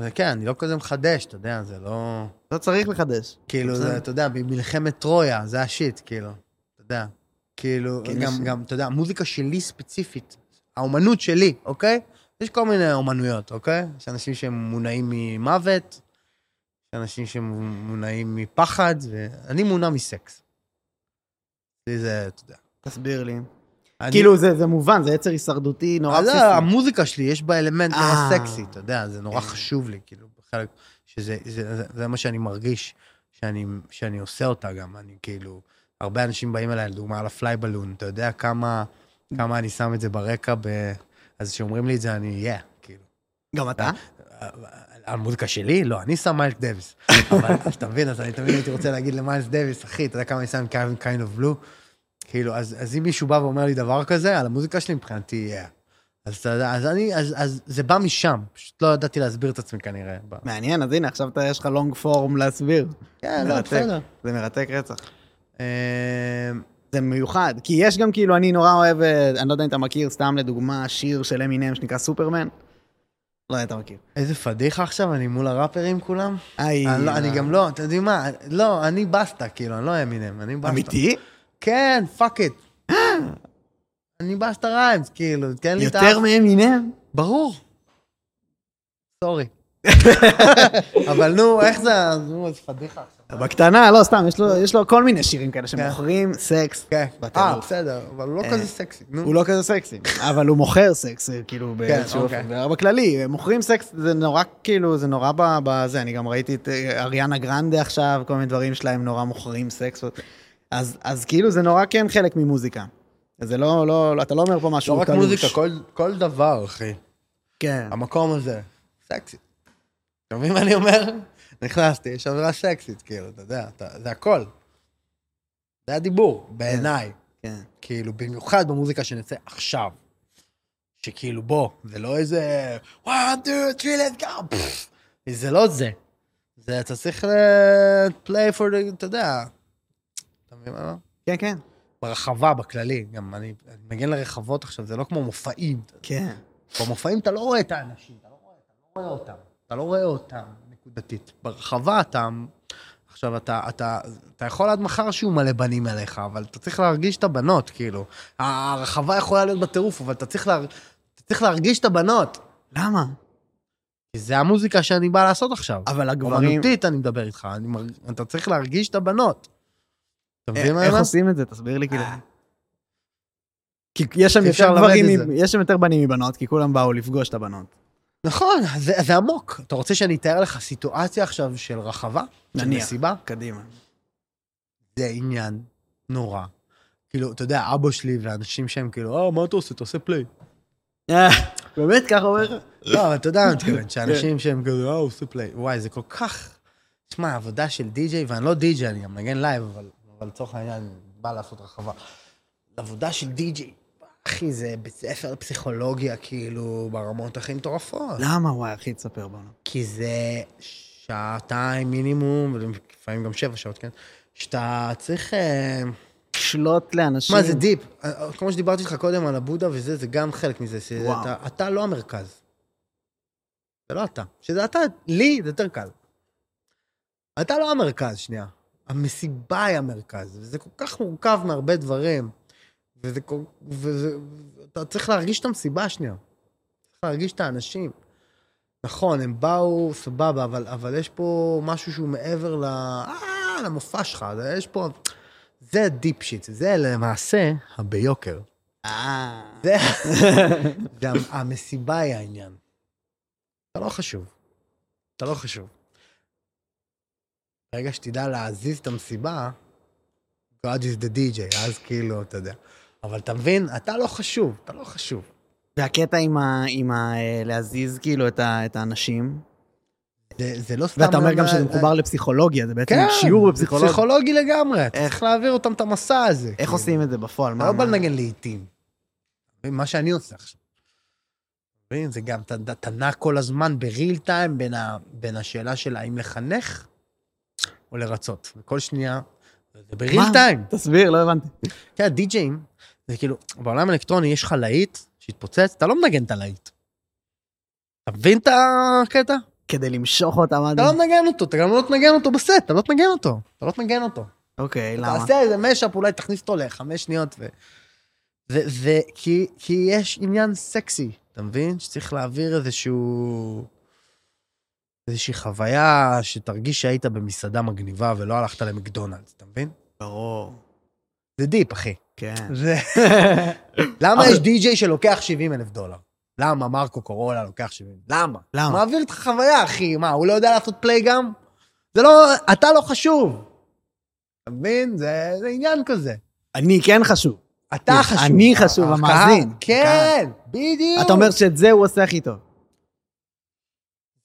A: וכן, אני לא כזה מחדש, אתה יודע, זה לא...
B: לא צריך לחדש.
A: כאילו,
B: בסדר.
A: זה, אתה יודע, במלחמת טרויה, זה השיט, כאילו, אתה יודע. כאילו,
B: כן,
A: גם,
B: יש-
A: גם, אתה יודע, המוזיקה שלי ספציפית, האומנות שלי, אוקיי? יש כל מיני אומנויות, אוקיי? יש אנשים שהם מונעים ממוות, יש אנשים שמונעים מפחד, ואני מונע מסקס. לי זה, אתה יודע.
B: תסביר לי.
A: אני-
B: כאילו, זה זה מובן, זה יצר הישרדותי נורא
A: אז
B: בסיסי.
A: לא, המוזיקה שלי, יש בה אלמנט נורא
B: אה. כן.
A: סקסי, אתה יודע, זה נורא חשוב לי, כאילו, בחלק, שזה זה- זה- זה מה שאני מרגיש, שאני- שאני עושה אותה גם, אני כאילו, הרבה אנשים באים אליי, לדוגמה, על הפליי בלון, אתה יודע כמה כמה אני שם את זה ברקע, ב- אז כשאומרים לי את זה, אני, יא, כאילו.
B: גם אתה?
A: המוזיקה שלי? לא, אני שם מיילס דוויס. אבל אז אתה מבין, אז אני תמיד הייתי רוצה להגיד למיילס דוויס, אחי, אתה יודע כמה אני שם kind kind of blue? כאילו, אז, אז אם מישהו בא ואומר לי דבר כזה, על המוזיקה שלי מבחינתי, yeah. אז אתה יודע, אז אני, אז, אז זה בא משם, פשוט לא ידעתי להסביר את עצמי כנראה. ב-
B: מעניין, אז הנה, עכשיו אתה- יש לך לונג פורום להסביר.
A: כן, לא,
B: מרתק.
A: בסדר.
B: זה מרתק רצח.
A: אה,
B: זה מיוחד, כי יש גם כאילו, אני נורא אוהב, אה, אני לא יודע אם אתה מכיר, סתם לדוגמה, שיר של אמינם שנקרא סופרמן. לא יודע אם אתה מכיר.
A: איזה פדיחה עכשיו, אני מול הראפרים כולם?
B: איי, אה,
A: אני, לא, אני גם לא, אתם יודעים מה, לא, אני בסטה, כאילו, אני לא אמינם, אני בסטה.
B: אמיתי?
A: כן, פאק איט. אני בסטה ריימס, כאילו, תן לי את
B: יותר מאמינם?
A: ברור. סורי. אבל נו, איך זה, נו, זה פדיחה עכשיו.
B: בקטנה, לא, סתם, יש לו- יש לו כל מיני שירים כאלה שמוכרים סקס.
A: כן, אה,
B: בטירוף.
A: בסדר, אבל הוא לא
B: אה.
A: כזה סקסי. נו.
B: הוא לא כזה סקסי, אבל הוא מוכר סקס, אה, כאילו, באיזשהו
A: אוקיי.
B: אופן. בכללי, הם מוכרים סקס, זה נורא, כאילו, זה נורא ב- בזה, אני גם ראיתי את אה, אריאנה גרנדה עכשיו, כל מיני דברים שלהם נורא מוכרים סקס. אז, אז כאילו, זה נורא כן חלק ממוזיקה. זה לא, לא, לא- אתה לא אומר פה משהו
A: לא רק
B: תלוש.
A: מוזיקה, כל- כל דבר, אחי.
B: כן.
A: המקום הזה, סקסי. אתה מבין מה אני אומר? נכנסתי, יש אווירה סקסית, כאילו, אתה יודע, אתה- זה הכל. זה הדיבור, בעיניי.
B: כן.
A: כאילו, במיוחד במוזיקה שנצא עכשיו. שכאילו, בוא, זה לא איזה... וואן, דו, טרי, לט גאו, זה לא זה. זה, אתה צריך ל... play for the... אתה יודע. אתה מבין מה? אני אומר?
B: כן, כן.
A: ברחבה, בכללי, גם אני, אני מגן לרחבות עכשיו, זה לא כמו מופעים. אתה יודע.
B: כן.
A: במופעים אתה לא רואה את האנשים, אתה לא רואה, אתה לא רואה אותם. אתה לא רואה אותם, נקודתית. ברחבה אתה... עכשיו, אתה, אתה, אתה יכול עד מחר שיהיו מלא בנים עליך, אבל אתה צריך להרגיש את הבנות, כאילו. הרחבה יכולה להיות בטירוף, אבל אתה צריך, לה, אתה צריך להרגיש את הבנות.
B: למה?
A: כי זה המוזיקה שאני בא לעשות עכשיו.
B: אבל הגברים...
A: אומנותית אני מדבר איתך, אני מרג... אתה צריך להרגיש את הבנות. אתה מבין מה אני
B: אה, איך
A: אומר?
B: עושים את זה? תסביר לי כאילו. כי יש שם
A: אי אפשר
B: יותר
A: ללמד
B: גברים,
A: את
B: עם-
A: זה.
B: יש שם יותר בנים מבנות, כי כולם באו לפגוש את הבנות.
A: נכון, זה, זה עמוק. אתה רוצה שאני אתאר לך סיטואציה עכשיו של רחבה? של
B: נניח.
A: מסיבה?
B: קדימה.
A: זה עניין נורא. כאילו, אתה יודע, אבא שלי ואנשים שהם כאילו, אה, מה אתה עושה? אתה עושה פליי. אה.
B: באמת ככה אומר לך?
A: לא, אבל אתה יודע מה אני מתכוון, שאנשים שהם כזה, אה, הוא עושה פליי. וואי, זה כל כך... תשמע, עבודה של די-ג'יי, ואני לא די-ג'יי, אני גם מנגן לייב, אבל אבל לצורך העניין, אני בא לעשות רחבה. עבודה של די-ג'יי, אחי, זה בית ספר לפסיכולוגיה, כאילו, ברמות הכי מטורפות.
B: למה וואי אחי תספר בנו.
A: כי זה שעתיים מינימום, ולפעמים גם שבע שעות, כן? שאתה צריך... אה,
B: שלוט לאנשים.
A: מה זה דיפ? אה, כמו שדיברתי איתך קודם על הבודה וזה, זה גם חלק מזה,
B: וואו.
A: שאתה אתה לא המרכז. זה לא אתה. שזה אתה, לי זה יותר קל. אתה לא המרכז, שנייה. המסיבה היא המרכז, וזה כל כך מורכב מהרבה דברים. וזה כל... וזה... אתה צריך להרגיש את המסיבה שנייה. צריך להרגיש את האנשים. נכון, הם באו, סבבה, אבל, אבל יש פה משהו שהוא מעבר ל... אה, למופע שלך, זה- יש פה... זה הדיפ שיט, זה למעשה הביוקר.
B: אה.
A: זה... זה המ- המסיבה היא העניין. אתה לא חשוב. אתה לא חשוב. ברגע שתדע להזיז את המסיבה, God is the DJ, אז כאילו, אתה יודע. אבל אתה מבין, אתה לא חשוב, אתה לא חשוב.
B: והקטע עם ה... עם ה... אה, להזיז כאילו את, ה... את האנשים.
A: זה, זה לא סתם...
B: ואתה אומר גם שזה
A: אה,
B: מחובר לפסיכולוגיה, זה בעצם
A: כן,
B: שיעור
A: זה
B: בפסיכולוגיה.
A: פסיכולוגי לגמרי, אתה צריך להעביר אותם את המסע הזה.
B: איך
A: כאילו.
B: עושים את זה בפועל?
A: אתה
B: מה-
A: לא בא
B: מה-
A: לנגן לעיתים. מה שאני עושה עכשיו. אתה מבין? זה גם, אתה- אתה אתה נע כל הזמן בריל טיים בין ה- בין השאלה של האם לחנך או לרצות. וכל שנייה, זה בריל
B: מה?
A: טיים.
B: תסביר, לא הבנתי.
A: אתה יודע, די-ג'אים, זה כאילו, בעולם האלקטרוני יש לך להיט שהתפוצץ, אתה לא מנגן את הלהיט. אתה מבין את הקטע?
B: כדי למשוך אותם עד...
A: אתה לא מנגן אותו, אתה גם לא תנגן אותו בסט, אתה לא תנגן אותו. אתה לא תנגן אותו.
B: אוקיי, למה?
A: תעשה איזה משאפ, אולי תכניס אותו לחמש שניות ו... ו... ו... כי... כי יש עניין סקסי, אתה מבין? שצריך להעביר איזשהו... איזושהי חוויה שתרגיש שהיית במסעדה מגניבה ולא הלכת למקדונלדס, אתה מבין?
B: ברור.
A: זה דיפ, אחי.
B: כן.
A: זה... למה יש די-ג'יי שלוקח 70 אלף דולר? למה מרקו קורולה לוקח 70? למה?
B: למה?
A: מעביר לך חוויה, אחי. מה, הוא לא יודע לעשות פליי גם? זה לא... אתה לא חשוב. אתה מבין? זה, זה עניין כזה.
B: אני כן חשוב.
A: אתה
B: אני
A: חשוב.
B: אני חשוב,
A: הקהל-
B: המאזין.
A: כן, בדיוק.
B: אתה אומר שאת זה הוא עושה הכי טוב.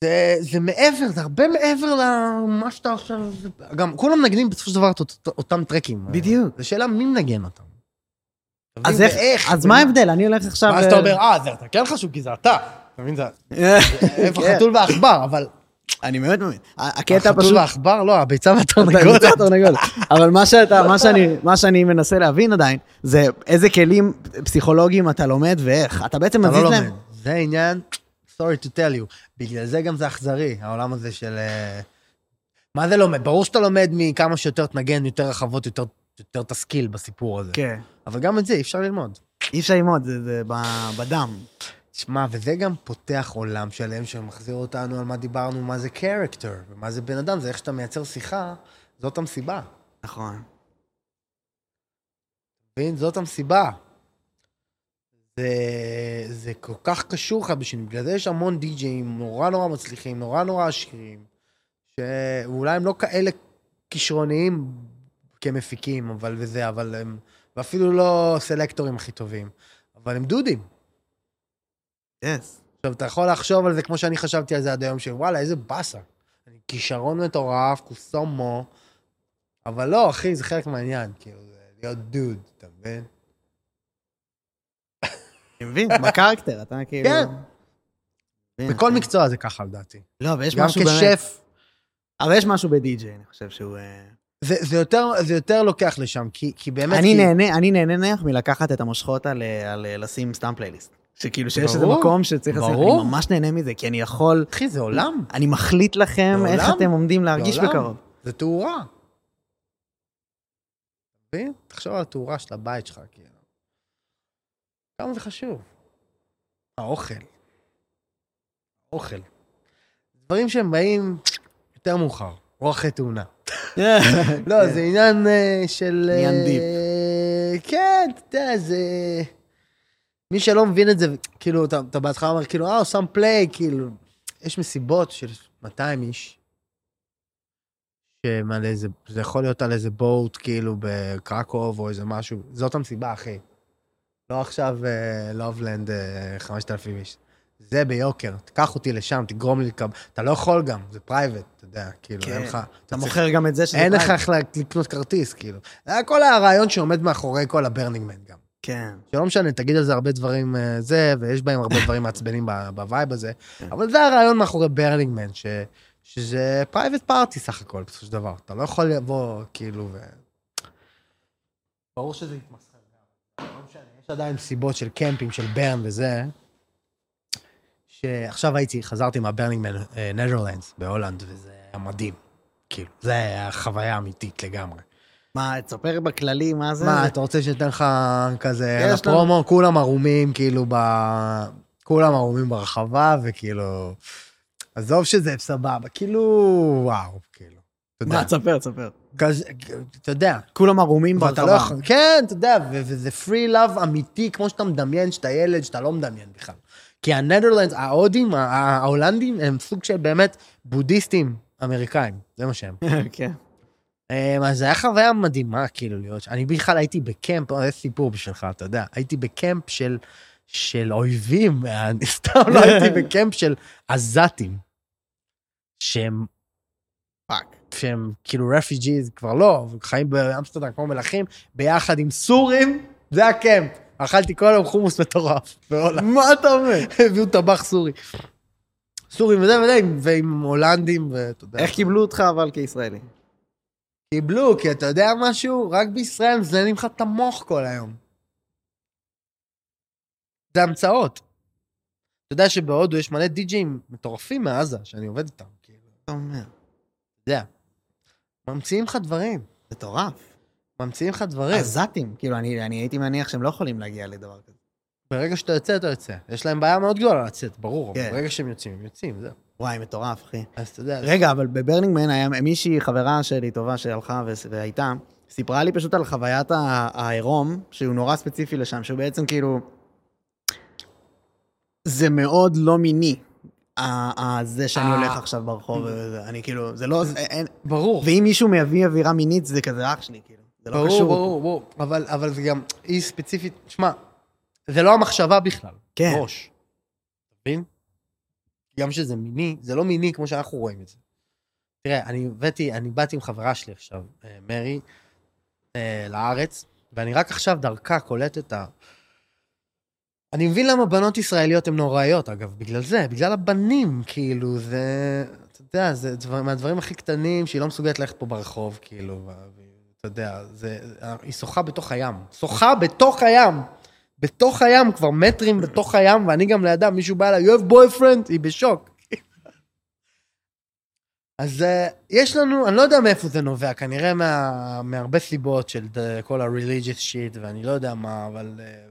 A: זה, זה מעבר, זה הרבה מעבר למה שאתה עכשיו... גם כולם מנגנים בסופו של דבר את אות- אותם טרקים.
B: בדיוק.
A: זו שאלה מי מנגן אותם. אתה
B: אז
A: מבין?
B: איך-
A: ואיך?
B: אז מה ההבדל? אני הולך עכשיו...
A: ואז אתה אומר, אה, זה אתה כן חשוב, כי זה אתה. אתה מבין? זה איפה
B: כן.
A: חתול ועכבר, אבל
B: אני מאוד מאמין. ה- הקטע
A: החתול
B: פשוט...
A: והעכבר, לא, הביצה
B: אתה
A: והתרנגולת.
B: נמצא תרנגולת. אבל מה שאתה, מה שאני, מה שאני מנסה להבין עדיין, זה איזה כלים פסיכולוגיים אתה לומד ואיך. אתה בעצם
A: אתה
B: מזיז
A: לא
B: להם...
A: לומד. זה עניין, sorry to tell you. בגלל זה גם זה אכזרי, העולם הזה של... אה, מה זה לומד? ברור שאתה לומד מכמה שיותר תנגן, יותר רחבות, יותר... יותר תשכיל בסיפור הזה.
B: כן.
A: אבל גם את זה אי אפשר ללמוד.
B: אי אפשר ללמוד, זה- זה ב- בדם.
A: שמע, וזה גם פותח עולם שלם שמחזיר אותנו על מה דיברנו, מה זה character, ומה זה בן אדם, זה איך שאתה מייצר שיחה, זאת המסיבה.
B: נכון.
A: מבין? זאת המסיבה. זה, זה כל כך קשור אחד בשני, בגלל זה יש המון די-ג'אים נורא נורא מצליחים, נורא נורא עשירים, שאולי הם לא כאלה כישרוניים כמפיקים, אבל וזה, אבל הם, ואפילו לא סלקטורים הכי טובים, אבל הם דודים.
B: יס.
A: עכשיו, אתה יכול לחשוב על זה כמו שאני חשבתי על זה עד היום, שוואלה, איזה באסה. אני כישרון מטורף, קוסומו, אבל לא, אחי, זה חלק מהעניין, כאילו, זה להיות דוד, אתה מבין?
B: אני מבין, בקרקטר, אתה כאילו...
A: כן.
B: מבין,
A: בכל
B: כן.
A: מקצוע זה ככה, לדעתי.
B: לא, ויש
A: גם
B: משהו באמת...
A: כשף,
B: אבל יש משהו בדי-ג'יי, אני חושב שהוא... אה,
A: זה, זה, יותר, זה יותר לוקח לשם, כי, כי באמת...
B: אני
A: כי...
B: נהנה, אני נהנה נניח מלקחת את המושכות על, אה, על אה, לשים סתם פלייליסט. שכאילו שיש איזה
A: ברור,
B: מקום שצריך לשים,
A: ברור.
B: אני ממש נהנה מזה, כי אני יכול,
A: אחי, זה עולם,
B: אני מחליט לכם
A: בעולם?
B: איך אתם עומדים להרגיש
A: בעולם.
B: בקרוב.
A: זה תאורה. אתה מבין? תחשוב על התאורה של הבית שלך, כאילו. כמה זה חשוב. האוכל. האוכל. דברים שהם באים יותר מאוחר, או אחרי תאונה. לא,
B: כן.
A: זה עניין אה, של...
B: עניין
A: אה,
B: דיפ.
A: כן, אתה יודע, זה... מי שלא מבין את זה, כאילו, אתה אתה בהתחלה אומר, כאילו, אה, הוא שם פליי, כאילו, יש מסיבות של 200 איש, שהם על איזה, זה יכול להיות על איזה בוט, כאילו, בקרקוב או איזה משהו. זאת המסיבה, אחי. לא עכשיו לובלנד 5,000 איש. זה ביוקר, תיקח אותי לשם, תגרום לי לקבל. אתה לא יכול גם, זה פרייבט, אתה יודע, כאילו, אין
B: כן.
A: לך...
B: אתה
A: צריך-
B: מוכר גם את זה שזה...
A: אין לך
B: פרייבט.
A: איך לה- לקנות כרטיס, כאילו. זה היה כל הרעיון שעומד מאחורי כל הברנינגמן גם.
B: כן.
A: שלא משנה, תגיד על זה הרבה דברים אה, זה, ויש בהם הרבה דברים מעצבנים ב- בווייב הזה, אבל זה הרעיון מאחורי ברנינגמן, ש... שזה פרייבט פארטי סך הכל, בסופו של דבר. אתה לא יכול לבוא, כאילו, ו... ברור שזה יתמסחר גם. לא משנה, יש עדיין סיבות של קמפים, של ברן וזה, שעכשיו הייתי, חזרתי מהברנינגמן אה, נדרלנדס בהולנד, וזה היה מדהים. כאילו, זה היה חוויה אמיתית לגמרי.
B: מה, תספר בכללי מה זה?
A: מה, אתה רוצה שניתן לך כזה
B: יש
A: על
B: לנו-
A: הפרומו? כולם ערומים, כאילו, ב... כולם ערומים ברחבה, וכאילו... עזוב שזה סבבה, כאילו, וואו, כאילו. אתה יודע,
B: מה, תספר, תספר.
A: כזה- אתה יודע,
B: כולם ערומים
A: ואתה לא
B: ברחבה.
A: יכול- כן, אתה יודע, ו- וזה פרי לאב אמיתי, כמו שאתה מדמיין, שאתה ילד, שאתה לא מדמיין בכלל. כי הנדרלנדס, ההודים, ה- ה- ההולנדים, הם סוג של באמת בודהיסטים אמריקאים, זה מה שהם.
B: כן.
A: אמ, אז זה היה חוויה מדהימה, כאילו, להיות שם. אני בכלל הייתי בקמפ, אה, זה סיפור בשבילך, אתה יודע, הייתי בקמפ של, של אויבים, אה, אני סתם לא הייתי בקמפ של עזתים, שהם,
B: פאק.
A: שהם כאילו רפיג'יז, כבר לא, חיים באמסטרדם כמו מלכים, ביחד עם סורים, זה הקמפ. אכלתי כל היום חומוס מטורף, בהולנד.
B: מה אתה אומר?
A: הביאו טבח סורי. סורים וזה וזה, עם- ועם הולנדים, ואתה יודע.
B: איך קיבלו אותך אבל כישראלי?
A: קיבלו, כי אתה יודע משהו? רק בישראל מזיינים לך את המוח כל היום. זה המצאות. אתה יודע שבהודו יש מלא די-ג'אים מטורפים מעזה, שאני עובד איתם. כאילו,
B: אתה אומר?
A: אתה יודע. ממציאים לך דברים.
B: מטורף.
A: ממציאים לך דברים.
B: עזתים. כאילו, אני אני הייתי מניח שהם לא יכולים להגיע לדבר כזה.
A: ברגע שאתה יוצא, אתה יוצא. יש להם בעיה מאוד גדולה לצאת, ברור. אבל
B: כן.
A: ברגע שהם יוצאים, הם יוצאים, זהו.
B: וואי, מטורף, אחי.
A: אז אתה יודע,
B: רגע, אבל בברנינג מן היה אה, מישהי, חברה שלי טובה שהלכה וס- והייתה, סיפרה לי פשוט על חוויית ה- העירום, שהוא נורא ספציפי לשם, שהוא בעצם כאילו... זה מאוד לא מיני, ה- ה- זה שאני
A: אה.
B: הולך עכשיו ברחוב, וזה, אני כאילו, זה לא... זה- אין-
A: ברור.
B: ואם מישהו מביא אווירה מינית, זה כזה אח שלי, כאילו. זה לא
A: ברור,
B: קשור.
A: ברור, ברור. אבל, אבל זה גם, היא ספציפית, שמע, זה לא המחשבה בכלל.
B: כן.
A: ראש. אתה מבין? גם שזה מיני, זה לא מיני כמו שאנחנו רואים את זה. תראה, אני הבאתי, אני באתי עם חברה שלי עכשיו, אה, מרי, אה, לארץ, ואני רק עכשיו דרכה קולט את ה... אני מבין למה בנות ישראליות הן נוראיות, אגב, בגלל זה, בגלל הבנים, כאילו, זה... אתה יודע, זה דבר, מהדברים הכי קטנים שהיא לא מסוגלת ללכת פה ברחוב, כאילו, ו- אתה יודע, זה... היא שוחה בתוך הים. שוחה בתוך הים! בתוך הים, כבר מטרים בתוך הים, ואני גם לידה, מישהו בא אליי, you have boyfriend, היא בשוק. אז אה, יש לנו, אני לא יודע מאיפה זה נובע, כנראה מה, מהרבה סיבות של ד- כל ה-religious shit, ואני לא יודע מה, אבל... אה,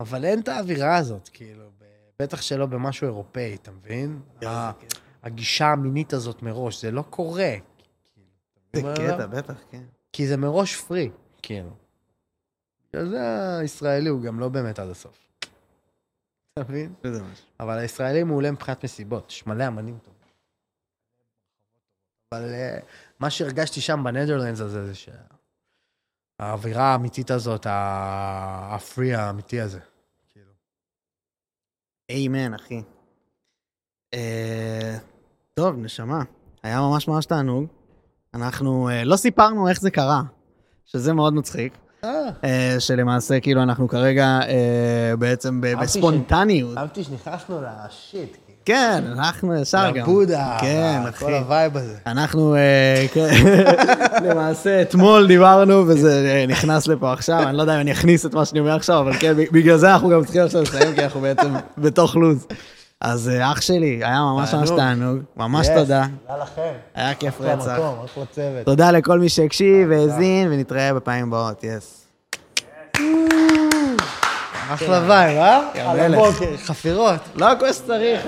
A: אבל אין את האווירה הזאת, כאילו, ב- בטח שלא במשהו אירופאי, אתה מבין? ה-
B: כן.
A: הגישה המינית הזאת מראש, זה לא קורה. כאילו, אתה מבין
B: זה
A: מה אני אומר?
B: קטע, בטח, כן.
A: כי זה מראש פרי, כאילו. בגלל זה הישראלי הוא גם לא באמת עד הסוף. אתה מבין?
B: זה משהו.
A: אבל הישראלי מעולה מבחינת מסיבות, יש מלא אמנים טובים. אבל אה, מה שהרגשתי שם בנדרלנדס הזה, זה שהאווירה האמיתית הזאת, ה- הפרי האמיתי הזה. כאילו.
B: איימן, אחי. אה, טוב, נשמה, היה ממש ממש תענוג. אנחנו אה, לא סיפרנו איך זה קרה, שזה מאוד מצחיק.
A: אה,
B: אה, שלמעשה, כאילו, אנחנו כרגע אה, בעצם ב-
A: אהבתי
B: בספונטניות.
A: אהבתי שנכנסנו לשיט, כאילו.
B: כן, אנחנו ישר גם.
A: לבודה,
B: כן,
A: ל-
B: אחי.
A: כל הווייב הזה.
B: אנחנו, אה, כן, למעשה, אתמול דיברנו, וזה אה, נכנס לפה עכשיו, אני לא יודע אם אני אכניס את מה שאני אומר עכשיו, אבל כן, בגלל זה אנחנו גם צריכים עכשיו לסיים, כי אנחנו בעצם בתוך לו"ז. אז אה, אח שלי, היה ממש ממש
A: תענוג.
B: תענוג, ממש
A: אה, Yes,
B: תודה,
A: תודה לכם.
B: היה כיף
A: אחלה
B: רצח.
A: מקום, אחלה צוות.
B: תודה לכל מי שהקשיב והאזין, ונתראה בפעמים הבאות, יס.
A: אחלה וייב, אה?
B: יא מלך.
A: חפירות.
B: לא כמו שצריך.